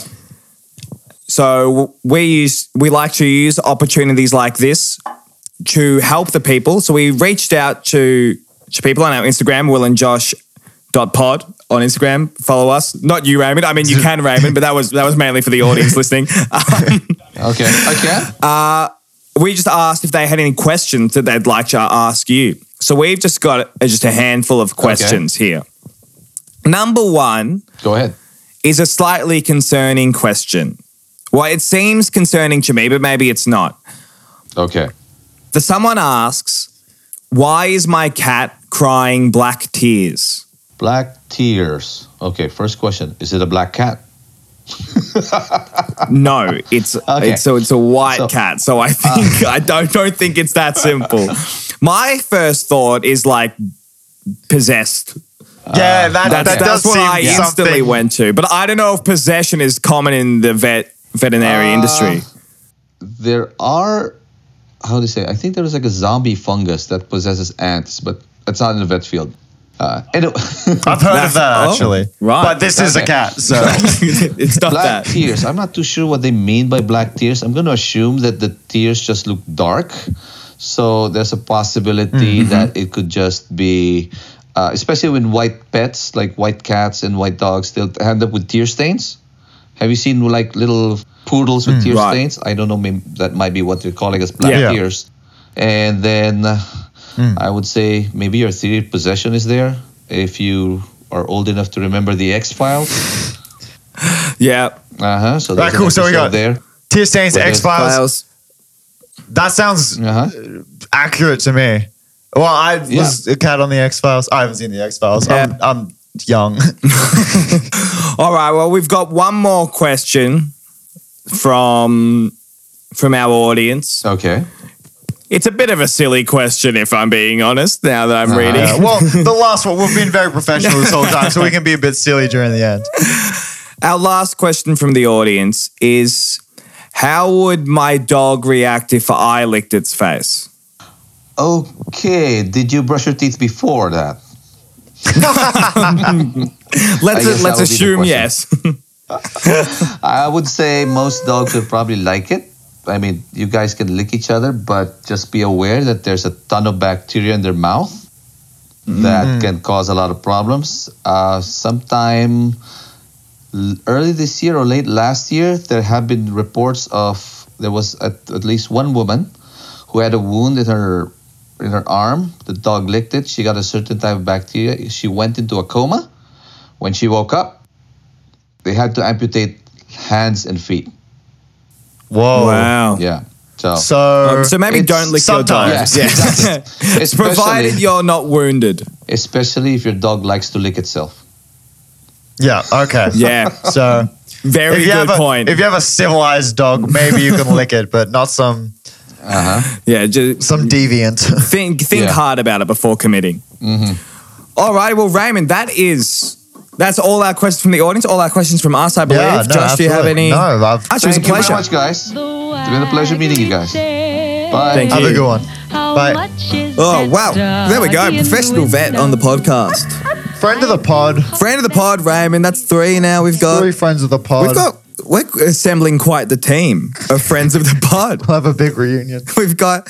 Speaker 1: So we use we like to use opportunities like this to help the people. So we reached out to to people on our Instagram, Will and Josh pod on Instagram. Follow us. Not you, Raymond. I mean,
Speaker 3: [LAUGHS]
Speaker 1: you can, Raymond, but that was that was mainly for the audience [LAUGHS] listening.
Speaker 3: Okay. Okay.
Speaker 1: we just asked if they had any questions that they'd like to ask you. So we've just got uh, just a handful of questions here. Number one
Speaker 3: Go ahead.
Speaker 1: is a slightly concerning question. Well, it seems concerning to me, but maybe it's not.
Speaker 3: Okay.
Speaker 1: The someone asks, "Why is my cat crying black
Speaker 3: [LAUGHS]
Speaker 1: tears?"
Speaker 3: Black tears. Okay. First question: Is it a black cat?
Speaker 1: No, it's
Speaker 3: Okay.
Speaker 1: it's so it's a white
Speaker 3: So- Ah.
Speaker 1: cat. So I think I don't don't think it's that
Speaker 3: [LAUGHS]
Speaker 1: simple. my first thought is like possessed
Speaker 2: Yeah, that,
Speaker 1: That's,
Speaker 2: that
Speaker 1: that's
Speaker 2: does
Speaker 1: what
Speaker 2: seem
Speaker 1: I
Speaker 2: something.
Speaker 1: instantly went to. But I don't know if possession is common in the vet veterinary
Speaker 3: Uh, [LAUGHS]
Speaker 1: industry.
Speaker 3: There are. How do you say? I think there is like a zombie fungus that possesses ants, but it's not in the vet field. Uh, anyway, [LAUGHS]
Speaker 2: I've heard
Speaker 1: That's-
Speaker 2: of that
Speaker 1: oh,
Speaker 2: actually.
Speaker 1: right.
Speaker 2: But this is a
Speaker 3: Okay.
Speaker 2: cat,
Speaker 1: [LAUGHS]
Speaker 2: so
Speaker 1: it's not
Speaker 3: black
Speaker 1: that.
Speaker 3: tears. I'm not too sure what they mean by black tears. I'm going to assume that the tears just look dark. So there's a possibility
Speaker 1: Mm-hmm.
Speaker 3: that it could just be, uh, especially when white pets like white cats and white dogs, they'll end up with tear stains. Have you seen like little poodles with tear
Speaker 1: Mm, Right.
Speaker 3: stains? I don't know. Maybe that might be what they're calling as black
Speaker 2: Yeah. Yeah.
Speaker 3: tears. And then uh,
Speaker 1: Mm.
Speaker 3: I would say maybe your theory of possession is there if you are old enough to remember the X Files.
Speaker 1: Yeah.
Speaker 3: Uh huh. So
Speaker 2: Right,
Speaker 3: that's
Speaker 2: cool. So we got-
Speaker 3: there.
Speaker 2: tear stains,
Speaker 3: With
Speaker 2: X
Speaker 3: those
Speaker 2: Files.
Speaker 1: Files.
Speaker 2: That sounds
Speaker 3: Uh huh.
Speaker 2: accurate to me. Well, I
Speaker 3: Yeah.
Speaker 2: was a cat on the X Files. I haven't seen the X Files. I'm, I'm
Speaker 1: [LAUGHS]
Speaker 2: young.
Speaker 1: All right. Well, we've got one more question from from our audience.
Speaker 3: Okay.
Speaker 1: It's a bit of a silly question, if I'm being honest. Now that I'm
Speaker 3: Uh-huh.
Speaker 1: reading,
Speaker 2: Yeah, well, the last one. We've been very professional this whole time, so we can be a bit silly during the end.
Speaker 1: Our last question from the audience is How would my dog react if I licked its face?
Speaker 3: Okay. Did you brush your teeth before that?
Speaker 1: Let's
Speaker 3: I guess
Speaker 1: let's
Speaker 3: Oh, that would be the
Speaker 1: assume
Speaker 3: question.
Speaker 1: yes.
Speaker 3: I would say most dogs would probably like it. I mean, you guys can lick each other, but just be aware that there's a ton of bacteria in their mouth that can cause a lot of problems. Uh, sometime l- early this year or late last year, there have been reports of there was at, at least one woman who had a wound in her in her arm. The dog licked it. She got a certain type of bacteria. She went into a coma. When she woke up, they had to amputate hands and feet. Oh,
Speaker 2: Whoa.
Speaker 1: Wow.
Speaker 3: Yeah. So,
Speaker 2: So,
Speaker 1: Oh. So maybe
Speaker 3: It's
Speaker 1: don't lick
Speaker 2: Um, sometimes.
Speaker 1: your dog.
Speaker 3: Yes,
Speaker 1: Yeah. it's [LAUGHS]
Speaker 3: especially-
Speaker 1: provided you're not wounded.
Speaker 3: especially if your dog likes to lick itself.
Speaker 2: [LAUGHS] yeah, okay.
Speaker 1: Yeah.
Speaker 2: So,
Speaker 1: Very
Speaker 2: if you,
Speaker 1: good
Speaker 2: have a,
Speaker 1: point.
Speaker 2: if you have a civilized dog, maybe you
Speaker 1: [LAUGHS]
Speaker 2: can lick it, but not some
Speaker 1: yeah, just
Speaker 2: some deviant. [LAUGHS]
Speaker 1: think think
Speaker 3: Yeah.
Speaker 1: hard about it before committing.
Speaker 2: Mm-hmm.
Speaker 1: All right, well, Raymond, that is that's all our questions from the audience. All our questions from us, I believe.
Speaker 2: Yeah, no,
Speaker 1: Josh, do you have
Speaker 2: absolutely.
Speaker 1: any?
Speaker 2: No, I've-
Speaker 1: actually, it was a
Speaker 3: Thank you
Speaker 1: pleasure.
Speaker 3: very much, guys.
Speaker 4: It's been a pleasure meeting you guys. Bye.
Speaker 1: Thank
Speaker 2: have
Speaker 1: you.
Speaker 2: a good one. Bye.
Speaker 1: Oh wow! There we go, professional vet on the podcast.
Speaker 2: Friend of the pod.
Speaker 1: Friend of the pod, Raymond. That's three now. We've got
Speaker 2: Three friends of the pod.
Speaker 1: we've got we're assembling quite the team of friends of the pod.
Speaker 2: We'll have a big reunion.
Speaker 1: [LAUGHS] We've got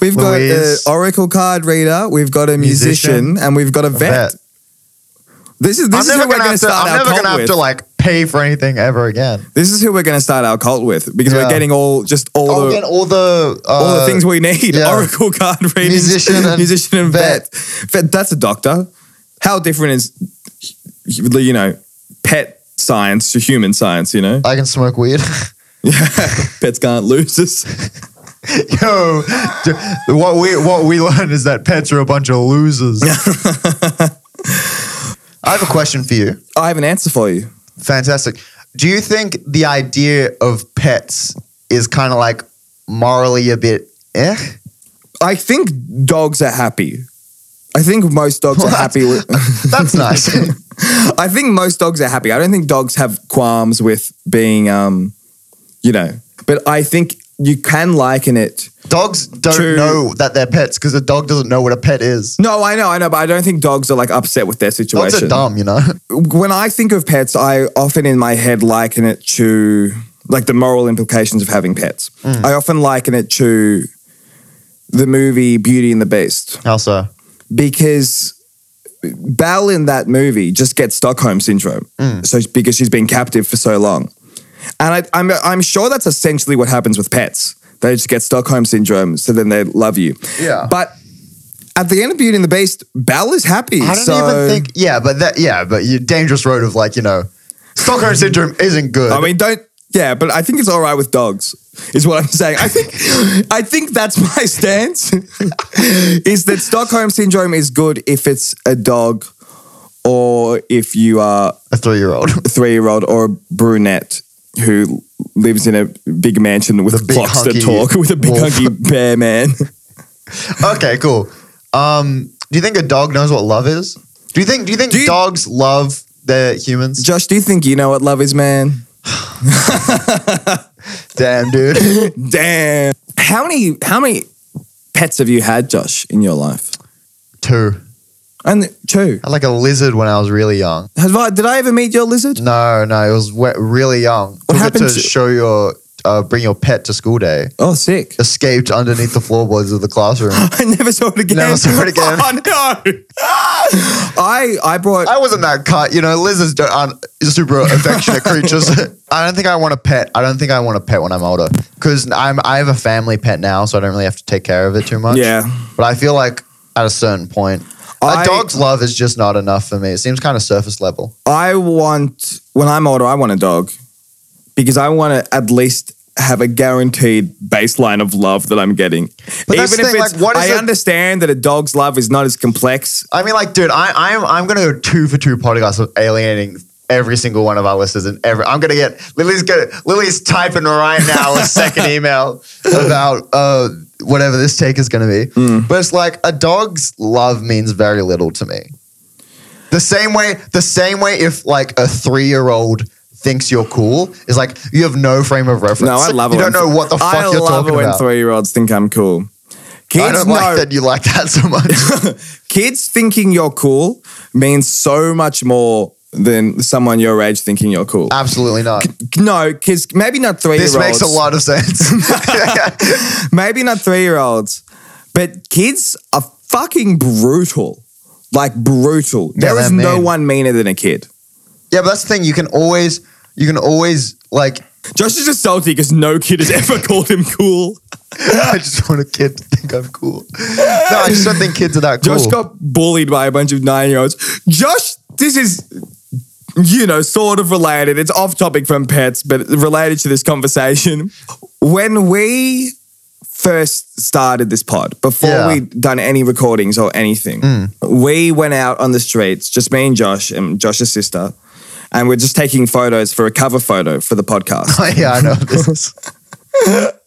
Speaker 1: we've
Speaker 2: Louise.
Speaker 1: got an oracle card reader. We've got a musician,
Speaker 2: Musician.
Speaker 1: and we've got a vet.
Speaker 2: Bet.
Speaker 1: This is this
Speaker 2: I'm
Speaker 1: is
Speaker 2: never
Speaker 1: who we're
Speaker 2: gonna
Speaker 1: going to
Speaker 2: have to.
Speaker 1: start
Speaker 2: I'm
Speaker 1: our
Speaker 2: never
Speaker 1: cult
Speaker 2: gonna have
Speaker 1: with.
Speaker 2: to like pay for anything ever again.
Speaker 1: this is who we're going to start our cult with because we're
Speaker 2: Yeah.
Speaker 1: getting all just all
Speaker 2: Oh,
Speaker 1: the
Speaker 2: again, all the uh,
Speaker 1: all the things we need.
Speaker 2: yeah.
Speaker 1: Oracle card reading,
Speaker 2: Musician and
Speaker 1: [LAUGHS] musician and vet.
Speaker 2: vet.
Speaker 1: vet. That's a doctor. How different is you know pet science to human science? You know, [LAUGHS]
Speaker 2: I can smoke weed. [LAUGHS] Uh.
Speaker 1: pets can't lose us.
Speaker 2: Yo, d- what we what we learned is that pets are a bunch
Speaker 1: [LAUGHS]
Speaker 2: of losers. I have a question for you.
Speaker 1: I have an answer for you.
Speaker 2: Fantastic. Do you think the idea of pets is kind of like morally a bit eh?
Speaker 1: I think dogs are happy. I think most dogs are
Speaker 2: What?
Speaker 1: happy with. [LAUGHS]
Speaker 2: That's nice.
Speaker 1: I think most dogs are happy. I don't think dogs have qualms with being, um, you know. But I think you can liken it.
Speaker 2: Dogs don't
Speaker 1: True.
Speaker 2: know that they're pets because a dog doesn't know what a pet is.
Speaker 1: No, I know, I know, but I don't think dogs are like upset with their situation.
Speaker 2: Dogs are dumb, you know. [LAUGHS]
Speaker 1: when I think of pets, I often in my head liken it to like the moral implications of having pets.
Speaker 2: Mm.
Speaker 1: I often liken it to the movie Beauty and the Beast
Speaker 2: How so?
Speaker 1: because Belle in that movie just gets Stockholm syndrome.
Speaker 2: Mm.
Speaker 1: So because she's been captive for so long, and I, I'm I'm sure that's essentially what happens with pets. They just get Stockholm syndrome, so then they love you.
Speaker 2: Yeah.
Speaker 1: but. At the end of Beauty and the Beast, Belle is happy.
Speaker 2: I don't
Speaker 1: so-
Speaker 2: even think. Yeah, but that. Yeah, but your dangerous road of like you know, Stockholm syndrome isn't good.
Speaker 1: I mean, don't. Yeah, but I think it's all right with dogs. Is what I'm saying. I think, I think that's my [LAUGHS] stance. is that Stockholm syndrome is good if it's a dog, or if you are
Speaker 2: a three-year-old. [LAUGHS]
Speaker 1: a three year old or a brunette who lives in a big mansion with
Speaker 2: big
Speaker 1: clocks that
Speaker 2: hunky
Speaker 1: talk [LAUGHS] with a big
Speaker 2: wolf.
Speaker 1: hunky bear man.
Speaker 2: okay, cool. Um, do you think a dog knows what love is? Do you think? Do you think
Speaker 1: Do you-
Speaker 2: dogs love their
Speaker 1: [LAUGHS] [LAUGHS]
Speaker 2: humans?
Speaker 1: Josh, do you think you know what love is, man?
Speaker 2: Damn, dude.
Speaker 1: [LAUGHS] Damn. How many how many pets have you had, Josh, in your life?
Speaker 2: [LAUGHS] Two.
Speaker 1: And two.
Speaker 2: I had like a lizard when I was really young.
Speaker 1: Have I, did I ever meet your lizard?
Speaker 2: No, no, it was we- really young.
Speaker 1: What
Speaker 2: Took it
Speaker 1: happened
Speaker 2: to
Speaker 1: to-
Speaker 2: show your uh, bring your pet to school day?
Speaker 1: Oh, sick.
Speaker 2: Escaped underneath the floorboards of the classroom.
Speaker 1: [LAUGHS] I never saw it again.
Speaker 2: Never saw it again.
Speaker 1: [LAUGHS] Oh, no. I I brought.
Speaker 2: I wasn't that cut. You know, lizards don't, aren't uh, super
Speaker 1: [LAUGHS]
Speaker 2: affectionate creatures. I don't think I want a pet. I don't think I want a pet when I'm older because I'm I have a family pet now, so I don't really have to take care of it too much.
Speaker 1: Yeah.
Speaker 2: but I feel like at a certain point,
Speaker 1: I-
Speaker 2: a dog's love is just not enough for me. It seems kind of surface level.
Speaker 1: I want when I'm older. I want a dog because I want to at least have a guaranteed baseline of love that I'm getting.
Speaker 2: But that's the thing,
Speaker 1: it's,
Speaker 2: like, what is
Speaker 1: I
Speaker 2: it-
Speaker 1: understand that a dog's love is not as complex.
Speaker 2: I mean, like, dude, I, I'm I'm gonna go two for two podcasts of alienating every single one of our listeners, and every I'm gonna get Lily's gonna Lily's typing right now
Speaker 1: [LAUGHS]
Speaker 2: a second email about uh whatever this take is gonna be.
Speaker 1: Hmm.
Speaker 2: But it's like a dog's love means very little to me. The same way, the same way, if like a three year old thinks you're cool, is like you have no frame of reference.
Speaker 1: No, I love it.
Speaker 2: You
Speaker 1: when-
Speaker 2: don't know what the fuck
Speaker 1: I love
Speaker 2: you're
Speaker 1: it
Speaker 2: talking
Speaker 1: when
Speaker 2: about.
Speaker 1: three-year-olds think I'm cool. Kids
Speaker 2: I don't
Speaker 1: know.
Speaker 2: like that you like that so
Speaker 1: [LAUGHS]
Speaker 2: much.
Speaker 1: Kids thinking you're cool means so much more than someone your age thinking you're cool.
Speaker 2: Absolutely not.
Speaker 1: No, because maybe not three year olds.
Speaker 2: Uh, This makes a lot of sense.
Speaker 1: [LAUGHS] Maybe not three year olds, but kids are fucking brutal. Like brutal.
Speaker 2: Yeah,
Speaker 1: there is
Speaker 2: they're
Speaker 1: no
Speaker 2: mean.
Speaker 1: one meaner than a kid.
Speaker 2: Yeah, but that's the thing. You can always, you can always like. [LAUGHS]
Speaker 1: Josh is just salty because no kid has [LAUGHS] ever called him cool.
Speaker 2: I just want a kid to think I'm cool. No, I just don't think kids are that cool.
Speaker 1: Josh got bullied by a bunch of nine year olds. Josh, this is. You know, sort of related. It's off topic from pets, but related to this conversation. When we first started this pod, before
Speaker 2: Yeah. Mm.
Speaker 1: we'd done any recordings or anything, we went out on the streets, just me and Josh and Josh's sister, and we're just taking photos for a cover photo for the
Speaker 2: [LAUGHS]
Speaker 1: podcast.
Speaker 2: yeah, I
Speaker 1: [LAUGHS]
Speaker 2: know. This is-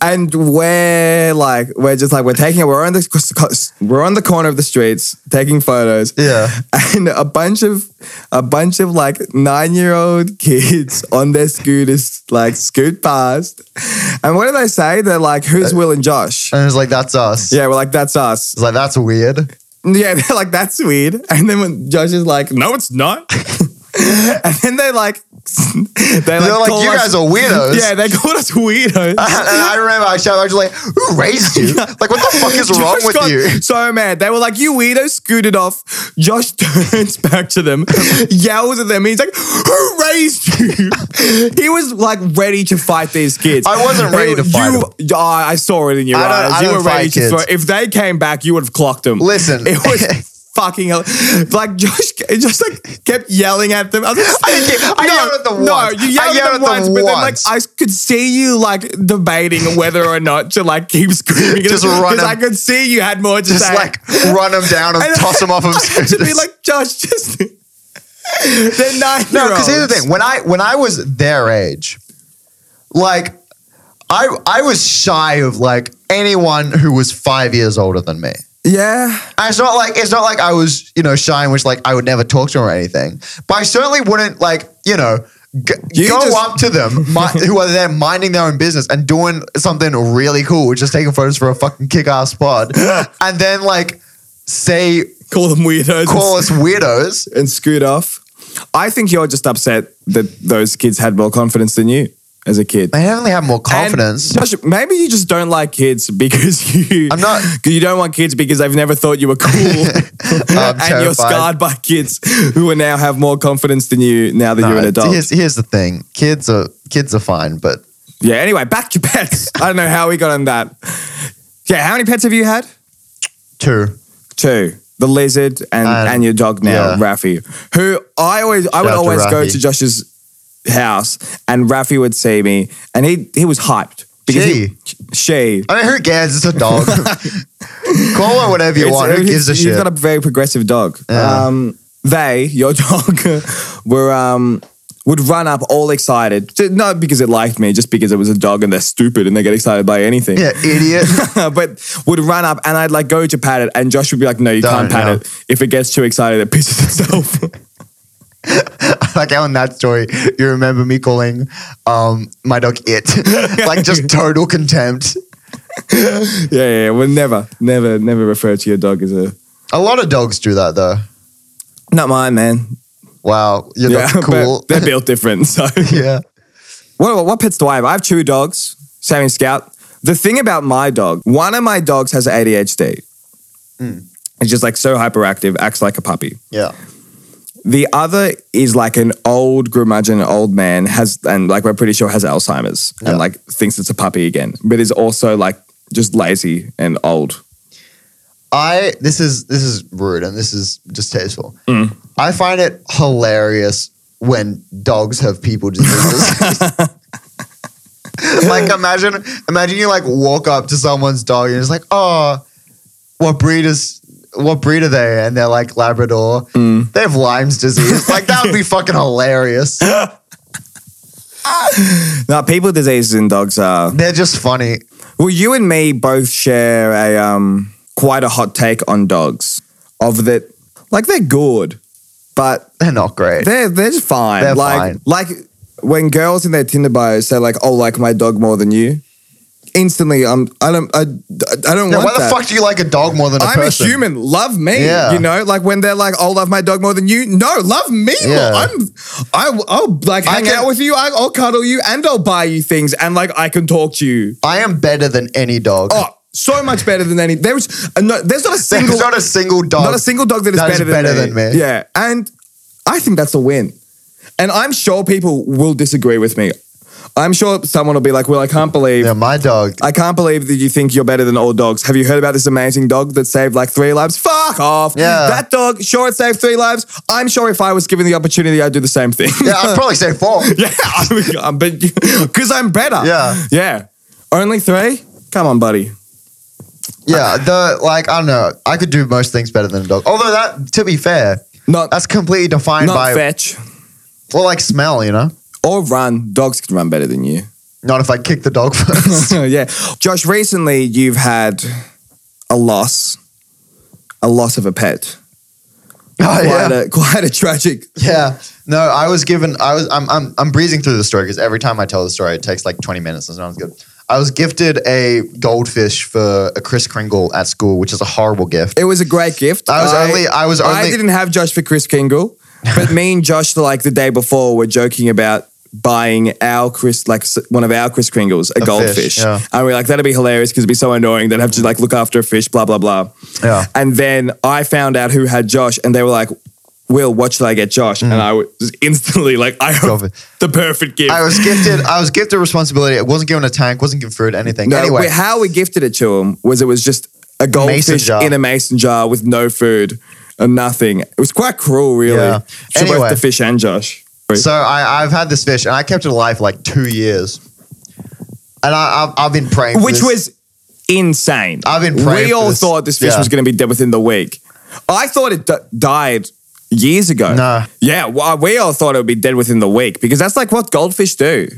Speaker 1: and we're like, we're just like, we're taking it. We're on the we're on the corner of the streets taking photos.
Speaker 2: Yeah.
Speaker 1: and a bunch of a bunch of like nine year old kids [LAUGHS] on their scooters like scoot past. And what do they say? They're like, "Who's
Speaker 2: Uh,
Speaker 1: Will and Josh?"
Speaker 2: and it's like that's us.
Speaker 1: Yeah, we're like, "That's us."
Speaker 2: It's like that's weird.
Speaker 1: Yeah, [LAUGHS] they're like, "That's weird." And then when Josh is like, "No, it's
Speaker 2: [LAUGHS]
Speaker 1: not," and then they like, [LAUGHS] they
Speaker 2: They're like,
Speaker 1: call
Speaker 2: you
Speaker 1: us-
Speaker 2: guys are weirdos. [LAUGHS]
Speaker 1: Yeah, they called us weirdos.
Speaker 2: I, I remember I shouted, I was like, who
Speaker 1: [LAUGHS]
Speaker 2: raised you? Like, what the fuck is wrong
Speaker 1: Josh
Speaker 2: with
Speaker 1: got
Speaker 2: you?
Speaker 1: [LAUGHS]
Speaker 2: [LAUGHS]
Speaker 1: So mad. They were like, you weirdo scooted off. Josh [LAUGHS] turns back to them, [LAUGHS] yells at them. He's like, who raised you? [LAUGHS] he was like ready to fight these kids.
Speaker 2: I wasn't
Speaker 1: He-
Speaker 2: ready to fight
Speaker 1: you, Oh, I saw it in your
Speaker 2: I don't-
Speaker 1: eyes.
Speaker 2: I
Speaker 1: You
Speaker 2: don't
Speaker 1: were ready
Speaker 2: fight
Speaker 1: to throw.
Speaker 2: kids.
Speaker 1: If they came back, you would have clocked them.
Speaker 2: Listen.
Speaker 1: [LAUGHS] It was. Fucking hell. Like, Josh [LAUGHS] just like kept yelling at them. I, was like,
Speaker 2: didn't get- I
Speaker 1: no,
Speaker 2: yelled at them
Speaker 1: No,
Speaker 2: once.
Speaker 1: you
Speaker 2: I
Speaker 1: yelled,
Speaker 2: yelled
Speaker 1: at them
Speaker 2: at
Speaker 1: once,
Speaker 2: them
Speaker 1: but then like
Speaker 2: once.
Speaker 1: I could see you like debating whether or not to like keep screaming.
Speaker 2: Just run
Speaker 1: Because I
Speaker 2: them.
Speaker 1: could see you had more to
Speaker 2: Just
Speaker 1: say.
Speaker 2: like run them down and
Speaker 1: And
Speaker 2: toss them off
Speaker 1: [LAUGHS] I
Speaker 2: of
Speaker 1: had to be
Speaker 2: scooters.
Speaker 1: like, Josh, just [LAUGHS] they're nine.
Speaker 2: No, because here's the thing. When I when I was their age, like I I was shy of like anyone who was five years older than me.
Speaker 1: Yeah.
Speaker 2: And it's not like it's not like I was, you know, shy in which like I would never talk to them or anything. But I certainly wouldn't like, you know, G-
Speaker 1: You
Speaker 2: go
Speaker 1: just-
Speaker 2: up to them [LAUGHS] mi- who are there minding their own business and doing something really cool, just taking photos for a fucking kick ass pod,
Speaker 1: [LAUGHS]
Speaker 2: and then like say,
Speaker 1: Call them weirdos.
Speaker 2: call us weirdos.
Speaker 1: and scoot off. I think you're just upset that those kids had more confidence than you as a kid.
Speaker 2: They definitely have more confidence.
Speaker 1: And Josh, maybe you just don't like kids because [LAUGHS] you
Speaker 2: I'm not-
Speaker 1: 'cause you don't want kids because they've never thought you were cool, [LAUGHS]
Speaker 2: [LAUGHS]
Speaker 1: and you're
Speaker 2: terrified.
Speaker 1: scarred by kids who are now have more confidence than you now that
Speaker 2: No,
Speaker 1: you're an adult.
Speaker 2: Here's, here's the thing: kids are kids are fine, but
Speaker 1: Yeah. Anyway, back to [LAUGHS] pets. I don't know how we got on that. Yeah. How many pets have you had?
Speaker 2: two.
Speaker 1: Two. The lizard and
Speaker 2: Um,
Speaker 1: and your dog now,
Speaker 2: yeah.
Speaker 1: Raffy. Who I always I
Speaker 2: Shout
Speaker 1: would
Speaker 2: out to
Speaker 1: always go
Speaker 2: Rafi.
Speaker 1: to Josh's house and Raffy would see me and he he was hyped. he- she.
Speaker 2: I mean, who cares? It's a
Speaker 1: [LAUGHS]
Speaker 2: dog. call her whatever you
Speaker 1: It's-
Speaker 2: want. Who
Speaker 1: he's-
Speaker 2: gives a shit?
Speaker 1: He's got a very progressive dog.
Speaker 2: Yeah.
Speaker 1: Um, they, your [LAUGHS] dog, were um, would run up all excited, Ju- not because it liked me, just because it was a dog and they're stupid and they get excited by anything.
Speaker 2: [LAUGHS] yeah, idiot.
Speaker 1: [LAUGHS]
Speaker 2: [LAUGHS]
Speaker 1: but would run up and I'd like go to pat it, and Josh would be like, "No, you
Speaker 2: Don't,
Speaker 1: can't pat
Speaker 2: no.
Speaker 1: it. If it gets too excited, it pisses [LAUGHS] itself."
Speaker 2: like how in that story you remember me calling um, my dog it [LAUGHS] like
Speaker 1: [LAUGHS]
Speaker 2: just total contempt
Speaker 1: yeah, yeah, yeah. We'll never, never, never refer to your dog as a
Speaker 2: a lot of dogs do that though
Speaker 1: not mine, man.
Speaker 2: wow your
Speaker 1: Yeah, [LAUGHS]
Speaker 2: dog's cool
Speaker 1: but they're built different. So,
Speaker 2: [LAUGHS] yeah
Speaker 1: what, what pets do I have? I have two dogs, Sammy Scout. The thing about my dog, one of my dogs has ADHD. It's just like so hyperactive, acts like a puppy.
Speaker 2: yeah
Speaker 1: The other is like an old curmudgeon, old man has, and like we're pretty sure has Alzheimer's
Speaker 2: Yeah.
Speaker 1: and like thinks it's a puppy again, but is also like just lazy and old.
Speaker 2: i this is this is rude and this is distasteful
Speaker 1: Mm.
Speaker 2: i find it hilarious when dogs have people diseases
Speaker 1: [LAUGHS]
Speaker 2: like imagine imagine you like walk up to someone's dog and it's like oh what breed is what breed are they and they're like labrador
Speaker 1: Mm.
Speaker 2: they have lyme's disease like that would
Speaker 1: [LAUGHS]
Speaker 2: be fucking hilarious
Speaker 1: Now, people with diseases in dogs are
Speaker 2: they're just funny
Speaker 1: Well, you and me both share a um, quite a hot take on dogs. Of that, like they're good, but
Speaker 2: they're not great
Speaker 1: they're they're just fine.
Speaker 2: They're
Speaker 1: like
Speaker 2: fine.
Speaker 1: like when girls in their Tinder bios say like, "Oh, like my dog more than you," instantly I'm I don't I, I don't
Speaker 2: yeah,
Speaker 1: want
Speaker 2: why the
Speaker 1: that.
Speaker 2: fuck do you like a dog more than a
Speaker 1: I'm
Speaker 2: person
Speaker 1: a human. Love me.
Speaker 2: Yeah.
Speaker 1: You know, like when they're like, "I'll love my dog more than you." No, love me. more.
Speaker 2: Yeah.
Speaker 1: I'm, I, I'll like
Speaker 2: I
Speaker 1: hang
Speaker 2: can-
Speaker 1: out with you. I, I'll cuddle you, and I'll buy you things, and like I can talk to
Speaker 2: [LAUGHS]
Speaker 1: you.
Speaker 2: i am better than any dog
Speaker 1: Oh, so much better than any. There's uh, no, there's not a
Speaker 2: there's
Speaker 1: single,
Speaker 2: not a single dog
Speaker 1: not a single dog that is
Speaker 2: that is
Speaker 1: better,
Speaker 2: better
Speaker 1: than,
Speaker 2: than
Speaker 1: me.
Speaker 2: me.
Speaker 1: Yeah, and I think that's a win. And I'm sure people will disagree with me. I'm sure someone will be like, "Well, I can't believe."
Speaker 2: yeah my dog
Speaker 1: I can't believe that you think you're better than all dogs. Have you heard about this amazing dog that saved like three lives? Fuck off.
Speaker 2: Yeah.
Speaker 1: That dog, sure, it saved three lives. I'm sure if I was given the opportunity, I'd do the same thing.
Speaker 2: [LAUGHS] yeah
Speaker 1: [LAUGHS]
Speaker 2: i'd probably say four
Speaker 1: Yeah, I mean, I'm, but [LAUGHS] because I'm better.
Speaker 2: Yeah.
Speaker 1: Yeah. Only three? Come on, buddy.
Speaker 2: Yeah, the like I don't know. I could do most things better than a dog. Although that, to be fair,
Speaker 1: Not
Speaker 2: that's completely defined
Speaker 1: not
Speaker 2: by
Speaker 1: fetch
Speaker 2: well, like smell. You know,
Speaker 1: or run. Dogs can run better than you. [LAUGHS]
Speaker 2: not if I kick the dog [LAUGHS] first.
Speaker 1: yeah, Josh. Recently, you've had a loss, a loss of a pet.
Speaker 2: oh,
Speaker 1: quite
Speaker 2: yeah,
Speaker 1: a [LAUGHS] quite a tragic.
Speaker 2: yeah. No, I was given. I was. I'm. I'm. I'm breezing through the story because every time I tell the story, it takes like 20 minutes, and sounds good. I was gifted a goldfish for a Kris Kringle at school, which is a horrible gift.
Speaker 1: It was a great gift.
Speaker 2: I was only- I was
Speaker 1: I
Speaker 2: only-
Speaker 1: didn't have Josh for Chris Kingle, but me and Josh like the day before were joking about buying our Chris like s- one of our Chris Kringles a,
Speaker 2: fish,
Speaker 1: goldfish,
Speaker 2: yeah.
Speaker 1: and we are like that'd be hilarious because it'd be so annoying. They'd have to like look after a fish, blah blah blah.
Speaker 2: Yeah.
Speaker 1: And then I found out who had Josh, and they were like, "Will, what should I get Josh?"
Speaker 2: Mm.
Speaker 1: And I was instantly like, "I hope
Speaker 2: Goldfish.
Speaker 1: the perfect gift."
Speaker 2: I was gifted. I was gifted responsibility. It wasn't given a tank. Wasn't given food. Anything.
Speaker 1: No,
Speaker 2: anyway,
Speaker 1: we- how we gifted it to him was it was just a goldfish
Speaker 2: jar.
Speaker 1: in a mason jar with no food and nothing. It was quite cruel, really.
Speaker 2: Yeah.
Speaker 1: To
Speaker 2: Anyway.
Speaker 1: both the fish and Josh.
Speaker 2: So I, I've had this fish, and I kept it alive for like two years, and I, I've, I've been praying. for
Speaker 1: Which
Speaker 2: this.
Speaker 1: was insane.
Speaker 2: I've been praying
Speaker 1: We
Speaker 2: for
Speaker 1: all
Speaker 2: this.
Speaker 1: thought this fish
Speaker 2: Yeah.
Speaker 1: was going to be dead within the week. I thought it d- died years ago.
Speaker 2: No.
Speaker 1: Yeah, well, we all thought it would be dead within the week because that's like what goldfish do.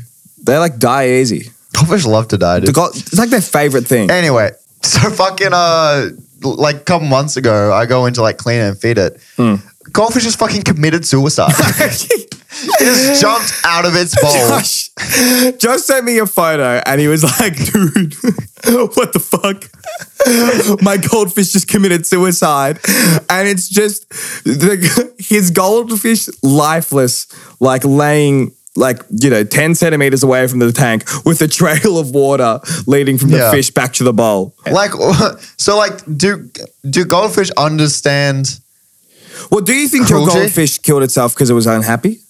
Speaker 1: They like die easy.
Speaker 2: goldfish love to die.
Speaker 1: The
Speaker 2: Dude.
Speaker 1: gold, it's like their favorite thing.
Speaker 2: anyway, [LAUGHS] so fucking uh, like a couple months
Speaker 1: Hmm. [LAUGHS]
Speaker 2: ago, I go in to like clean it and feed it. Goldfish just fucking committed suicide. It [LAUGHS] just jumped out of its bowl.
Speaker 1: Josh, Josh sent me a photo and he was like, dude, [LAUGHS] what the fuck? My goldfish just committed suicide. And it's just the, his goldfish lifeless, like laying, like, you know, 10 centimeters away from the tank with a trail of water leading from the
Speaker 2: Yeah.
Speaker 1: fish back to the bowl.
Speaker 2: Like [LAUGHS] so, like do do goldfish understand?
Speaker 1: Well, do you think your
Speaker 2: Cruelty?
Speaker 1: goldfish killed itself because it was unhappy?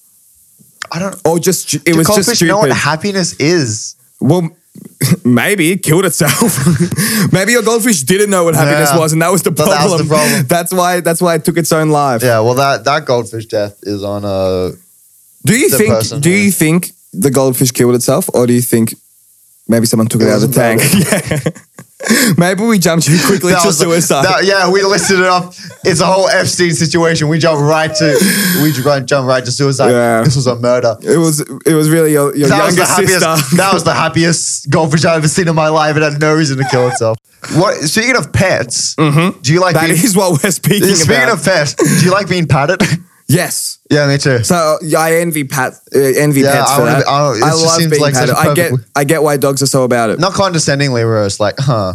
Speaker 2: I don't.
Speaker 1: Or just, it
Speaker 2: Do
Speaker 1: was just
Speaker 2: goldfish
Speaker 1: stupid?
Speaker 2: know what happiness is?
Speaker 1: Well, [LAUGHS] maybe it killed itself. [LAUGHS] maybe your goldfish didn't know what happiness
Speaker 2: Yeah.
Speaker 1: was, and that was the
Speaker 2: But
Speaker 1: problem.
Speaker 2: that was the problem.
Speaker 1: [LAUGHS] That's why. That's why it took its own life.
Speaker 2: Yeah. Well, that that goldfish death is on uh, a.
Speaker 1: Do you
Speaker 2: The person
Speaker 1: think? Do
Speaker 2: who-
Speaker 1: you think the goldfish killed itself, or do you think maybe someone took it,
Speaker 2: It
Speaker 1: out of
Speaker 2: was
Speaker 1: the tank? [LAUGHS] Yeah. maybe we jumped too quickly
Speaker 2: [LAUGHS] That
Speaker 1: to
Speaker 2: was-
Speaker 1: suicide.
Speaker 2: that- yeah, we listed it up. It's a whole Epstein situation. We jump right to we ju- jump right to suicide.
Speaker 1: Yeah.
Speaker 2: This was a murder.
Speaker 1: it was. It was really your, your
Speaker 2: That was
Speaker 1: younger
Speaker 2: the happiest.
Speaker 1: sister.
Speaker 2: That was the happiest goldfish I've ever seen in my life. It had no reason to kill itself. What? Speaking of pets, do you like
Speaker 1: [LAUGHS] Mm-hmm. That
Speaker 2: being,
Speaker 1: is what we're speaking
Speaker 2: [LAUGHS] speaking
Speaker 1: about.
Speaker 2: of pets? Do you like being patted?
Speaker 1: yes.
Speaker 2: [LAUGHS] yeah, me too.
Speaker 1: So yeah, I envy Pat, uh, envy
Speaker 2: Yeah,
Speaker 1: pets
Speaker 2: I
Speaker 1: for
Speaker 2: wanna
Speaker 1: that.
Speaker 2: be- I don't- it
Speaker 1: I
Speaker 2: just
Speaker 1: love
Speaker 2: seems
Speaker 1: being
Speaker 2: like such
Speaker 1: patted.
Speaker 2: a
Speaker 1: I get,
Speaker 2: perfect-
Speaker 1: I get why dogs are so about it.
Speaker 2: Not condescendingly, where it's like, huh?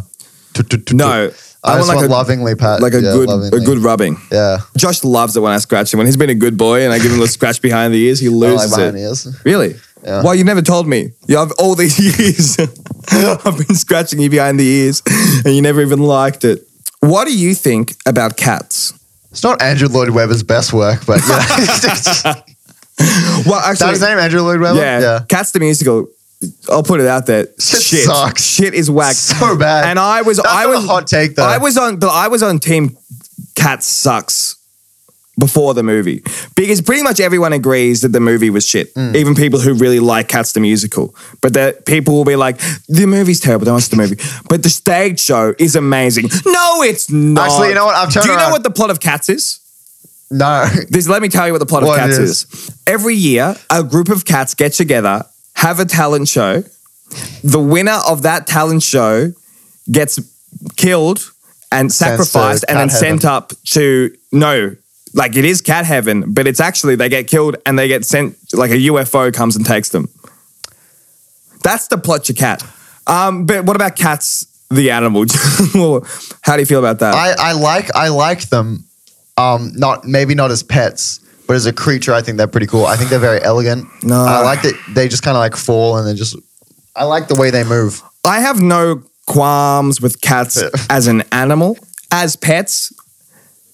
Speaker 1: No,
Speaker 2: I,
Speaker 1: I
Speaker 2: just
Speaker 1: want like
Speaker 2: want
Speaker 1: a
Speaker 2: lovingly pat.
Speaker 1: Uh, like a
Speaker 2: Yeah,
Speaker 1: good
Speaker 2: lovingly.
Speaker 1: a good rubbing.
Speaker 2: Yeah.
Speaker 1: Josh loves it when I scratch him. When he's been a good boy and I give him a little scratch behind the ears, he
Speaker 2: [LAUGHS] I don't like
Speaker 1: loses
Speaker 2: behind
Speaker 1: it.
Speaker 2: the ears.
Speaker 1: Really?
Speaker 2: Yeah.
Speaker 1: Well, you never told me. You have all these [LAUGHS] years. I've been scratching you behind the ears, [LAUGHS] and you never even liked it. What do you think about cats?
Speaker 2: It's not Andrew Lloyd Webber's best work, but yeah.
Speaker 1: [LAUGHS]
Speaker 2: [LAUGHS] Is
Speaker 1: Well, actually,
Speaker 2: that his name, Andrew Lloyd Webber?
Speaker 1: Yeah. Cats the musical. I'll put it out
Speaker 2: [LAUGHS]
Speaker 1: there.
Speaker 2: Shit
Speaker 1: Shit,
Speaker 2: sucks.
Speaker 1: shit is whack.
Speaker 2: So bad.
Speaker 1: And I was,
Speaker 2: That's
Speaker 1: I
Speaker 2: not
Speaker 1: was
Speaker 2: a hot take though.
Speaker 1: I was on, but I was on team. Cats sucks before the movie because pretty much everyone agrees that the movie was shit.
Speaker 2: Mm.
Speaker 1: Even people who really like Cats the musical, but that people will be like, the movie's terrible. Don't watch the movie. But the stage show is amazing. No, it's not.
Speaker 2: Actually, you know what? I've turned
Speaker 1: Do you know
Speaker 2: around.
Speaker 1: what the plot of Cats is?
Speaker 2: no. [LAUGHS]
Speaker 1: This, let me tell you what the plot of
Speaker 2: What
Speaker 1: cats
Speaker 2: it
Speaker 1: is.
Speaker 2: is.
Speaker 1: Every year, a group of cats get together, have a talent show. The winner of that talent show gets killed and
Speaker 2: Sent to
Speaker 1: sacrificed and
Speaker 2: cat
Speaker 1: then sent
Speaker 2: heaven.
Speaker 1: up to no, like it is cat heaven, but it's actually they get killed and they get sent like a UFO comes and takes them. That's the plot to cat. Um, but what about cats the animal? [LAUGHS] How do you feel about that?
Speaker 2: I, I like I like them. Um, not maybe not as pets, but as a creature, I think they're pretty cool. I think they're very elegant.
Speaker 1: No.
Speaker 2: I like that they just kind of like fall and they just. I like the way they move.
Speaker 1: I have no qualms with cats as an animal, as pets.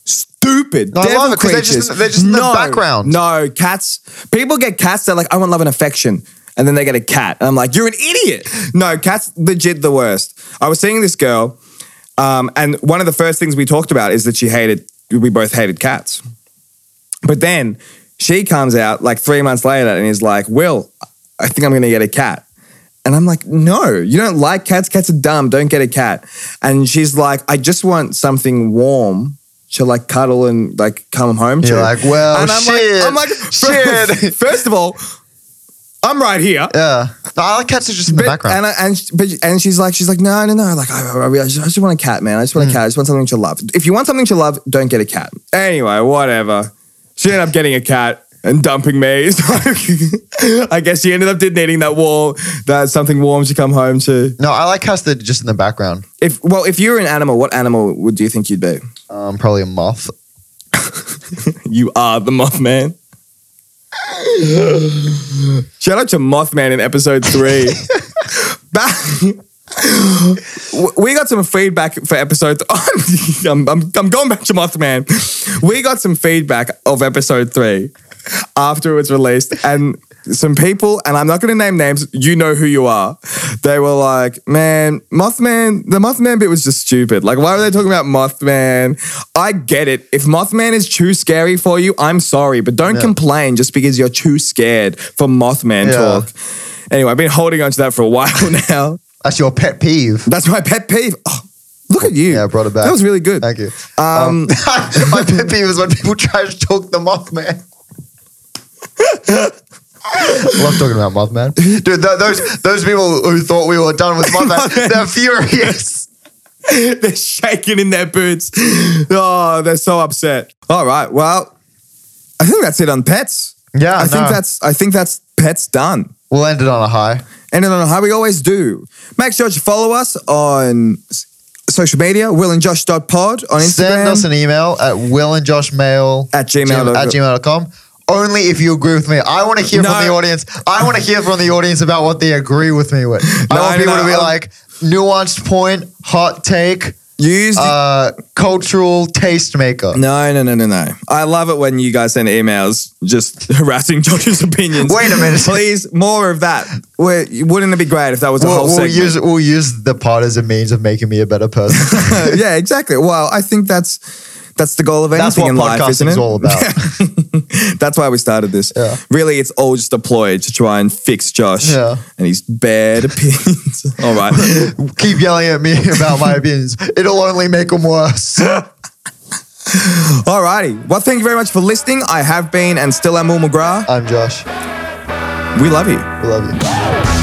Speaker 1: Stupid.
Speaker 2: No, I
Speaker 1: devil
Speaker 2: love it 'cause they're just
Speaker 1: creatures.
Speaker 2: in the- they're just in the
Speaker 1: no,
Speaker 2: background.
Speaker 1: No, cats. People get cats. They're like, I want love and affection. And then they get a cat. And I'm like, you're an idiot. No, cats legit the worst. I was seeing this girl, um, and one of the first things we talked about is that she hated, we both hated cats. But then she comes out like three months later and is like, Will, I think I'm going to get a cat. And I'm like, no, you don't like cats. Cats are dumb. Don't get a cat. And she's like, I just want something warm to like cuddle and like come home to.
Speaker 2: You're like, well,
Speaker 1: and I'm
Speaker 2: shit,
Speaker 1: like, I'm
Speaker 2: [LAUGHS]
Speaker 1: like, [LAUGHS]
Speaker 2: shit.
Speaker 1: First of all, I'm right here.
Speaker 2: Yeah, No, I like cats are just in the
Speaker 1: But-
Speaker 2: background.
Speaker 1: And I, and sh- but and she's like she's like no no no like I, I, I just, I just want a cat man I just
Speaker 2: Hmm.
Speaker 1: want a cat I just want something to love. If you want something to love, don't get a cat. Anyway, whatever. She ended up getting a cat and dumping me. [LAUGHS] So I guess she ended up did needing that warm that something warm to come home to.
Speaker 2: no, I like cats that are just in the background.
Speaker 1: If well, if you were an animal, what animal would you think you'd be?
Speaker 2: Um, probably a moth.
Speaker 1: You are the
Speaker 2: [LAUGHS]
Speaker 1: Mothman. Shout out to Mothman in episode three.
Speaker 2: [LAUGHS]
Speaker 1: Back- W- we got some feedback for episode. [LAUGHS] I'm, I'm, I'm going back to Mothman. We got some feedback of episode three after it was released, and some people, and I'm not going to name names. You know who you are. They were like, "Man, Mothman. The Mothman bit was just stupid. Like, why were they talking about Mothman? I get it. If Mothman is too scary for you, I'm sorry, but don't complain just because you're too scared for Mothman
Speaker 2: Yeah.
Speaker 1: talk." Anyway, I've been holding on to that for a [LAUGHS] while now.
Speaker 2: That's your pet peeve.
Speaker 1: That's my pet peeve. Oh, look at you.
Speaker 2: Yeah, I brought it back.
Speaker 1: That was really good. [LAUGHS]
Speaker 2: Thank you. Um, [LAUGHS] my pet peeve is when people try to talk the Mothman. Love talking about Mothman, dude. Th- those those people who thought we were done with [LAUGHS] Mothman, they're furious.
Speaker 1: they're shaking in their boots. Oh, they're so upset. All right. Well, I think that's it on pets.
Speaker 2: Yeah,
Speaker 1: I think
Speaker 2: no.
Speaker 1: that's I think that's pets done.
Speaker 2: we'll end it on a high.
Speaker 1: And then on how we always do. Make sure to follow us on s- social media, Will and willandjosh.pod on Instagram.
Speaker 2: Send us an email at Will and Josh Mail
Speaker 1: At gmail dot com.
Speaker 2: at gmail.com. Only if you agree with me. I want to hear
Speaker 1: No.
Speaker 2: from the audience. I want to hear from the audience about what they agree with me with. I
Speaker 1: No,
Speaker 2: want
Speaker 1: no,
Speaker 2: people
Speaker 1: no,
Speaker 2: to be
Speaker 1: I'm-
Speaker 2: like nuanced point, hot take,
Speaker 1: Use the-
Speaker 2: uh, cultural taste maker.
Speaker 1: No, no, no, no, no. I love it when you guys send emails just [LAUGHS] harassing Josh's opinions.
Speaker 2: Wait a minute.
Speaker 1: Please, more of that. Wait, wouldn't it be great if that was a
Speaker 2: We'll,
Speaker 1: whole
Speaker 2: we'll
Speaker 1: segment?
Speaker 2: use we'll use the pod as a means of making me a better
Speaker 1: [LAUGHS]
Speaker 2: person.
Speaker 1: yeah, exactly. Well, I think that's that's the goal of anything
Speaker 2: That's what
Speaker 1: in life, isn't
Speaker 2: podcasting's
Speaker 1: it?
Speaker 2: all
Speaker 1: [LAUGHS]
Speaker 2: about.
Speaker 1: that's why we started this.
Speaker 2: Yeah.
Speaker 1: Really, it's all just a ploy to try and fix Josh
Speaker 2: Yeah.
Speaker 1: and his bad opinions. [LAUGHS] all right.
Speaker 2: [LAUGHS] Keep yelling at me [LAUGHS] about my opinions. It'll only make
Speaker 1: [LAUGHS]
Speaker 2: them worse.
Speaker 1: All righty. Well, thank you very much for listening. I have been and still am Will McGrath.
Speaker 2: I'm Josh.
Speaker 1: We love you.
Speaker 2: I love you.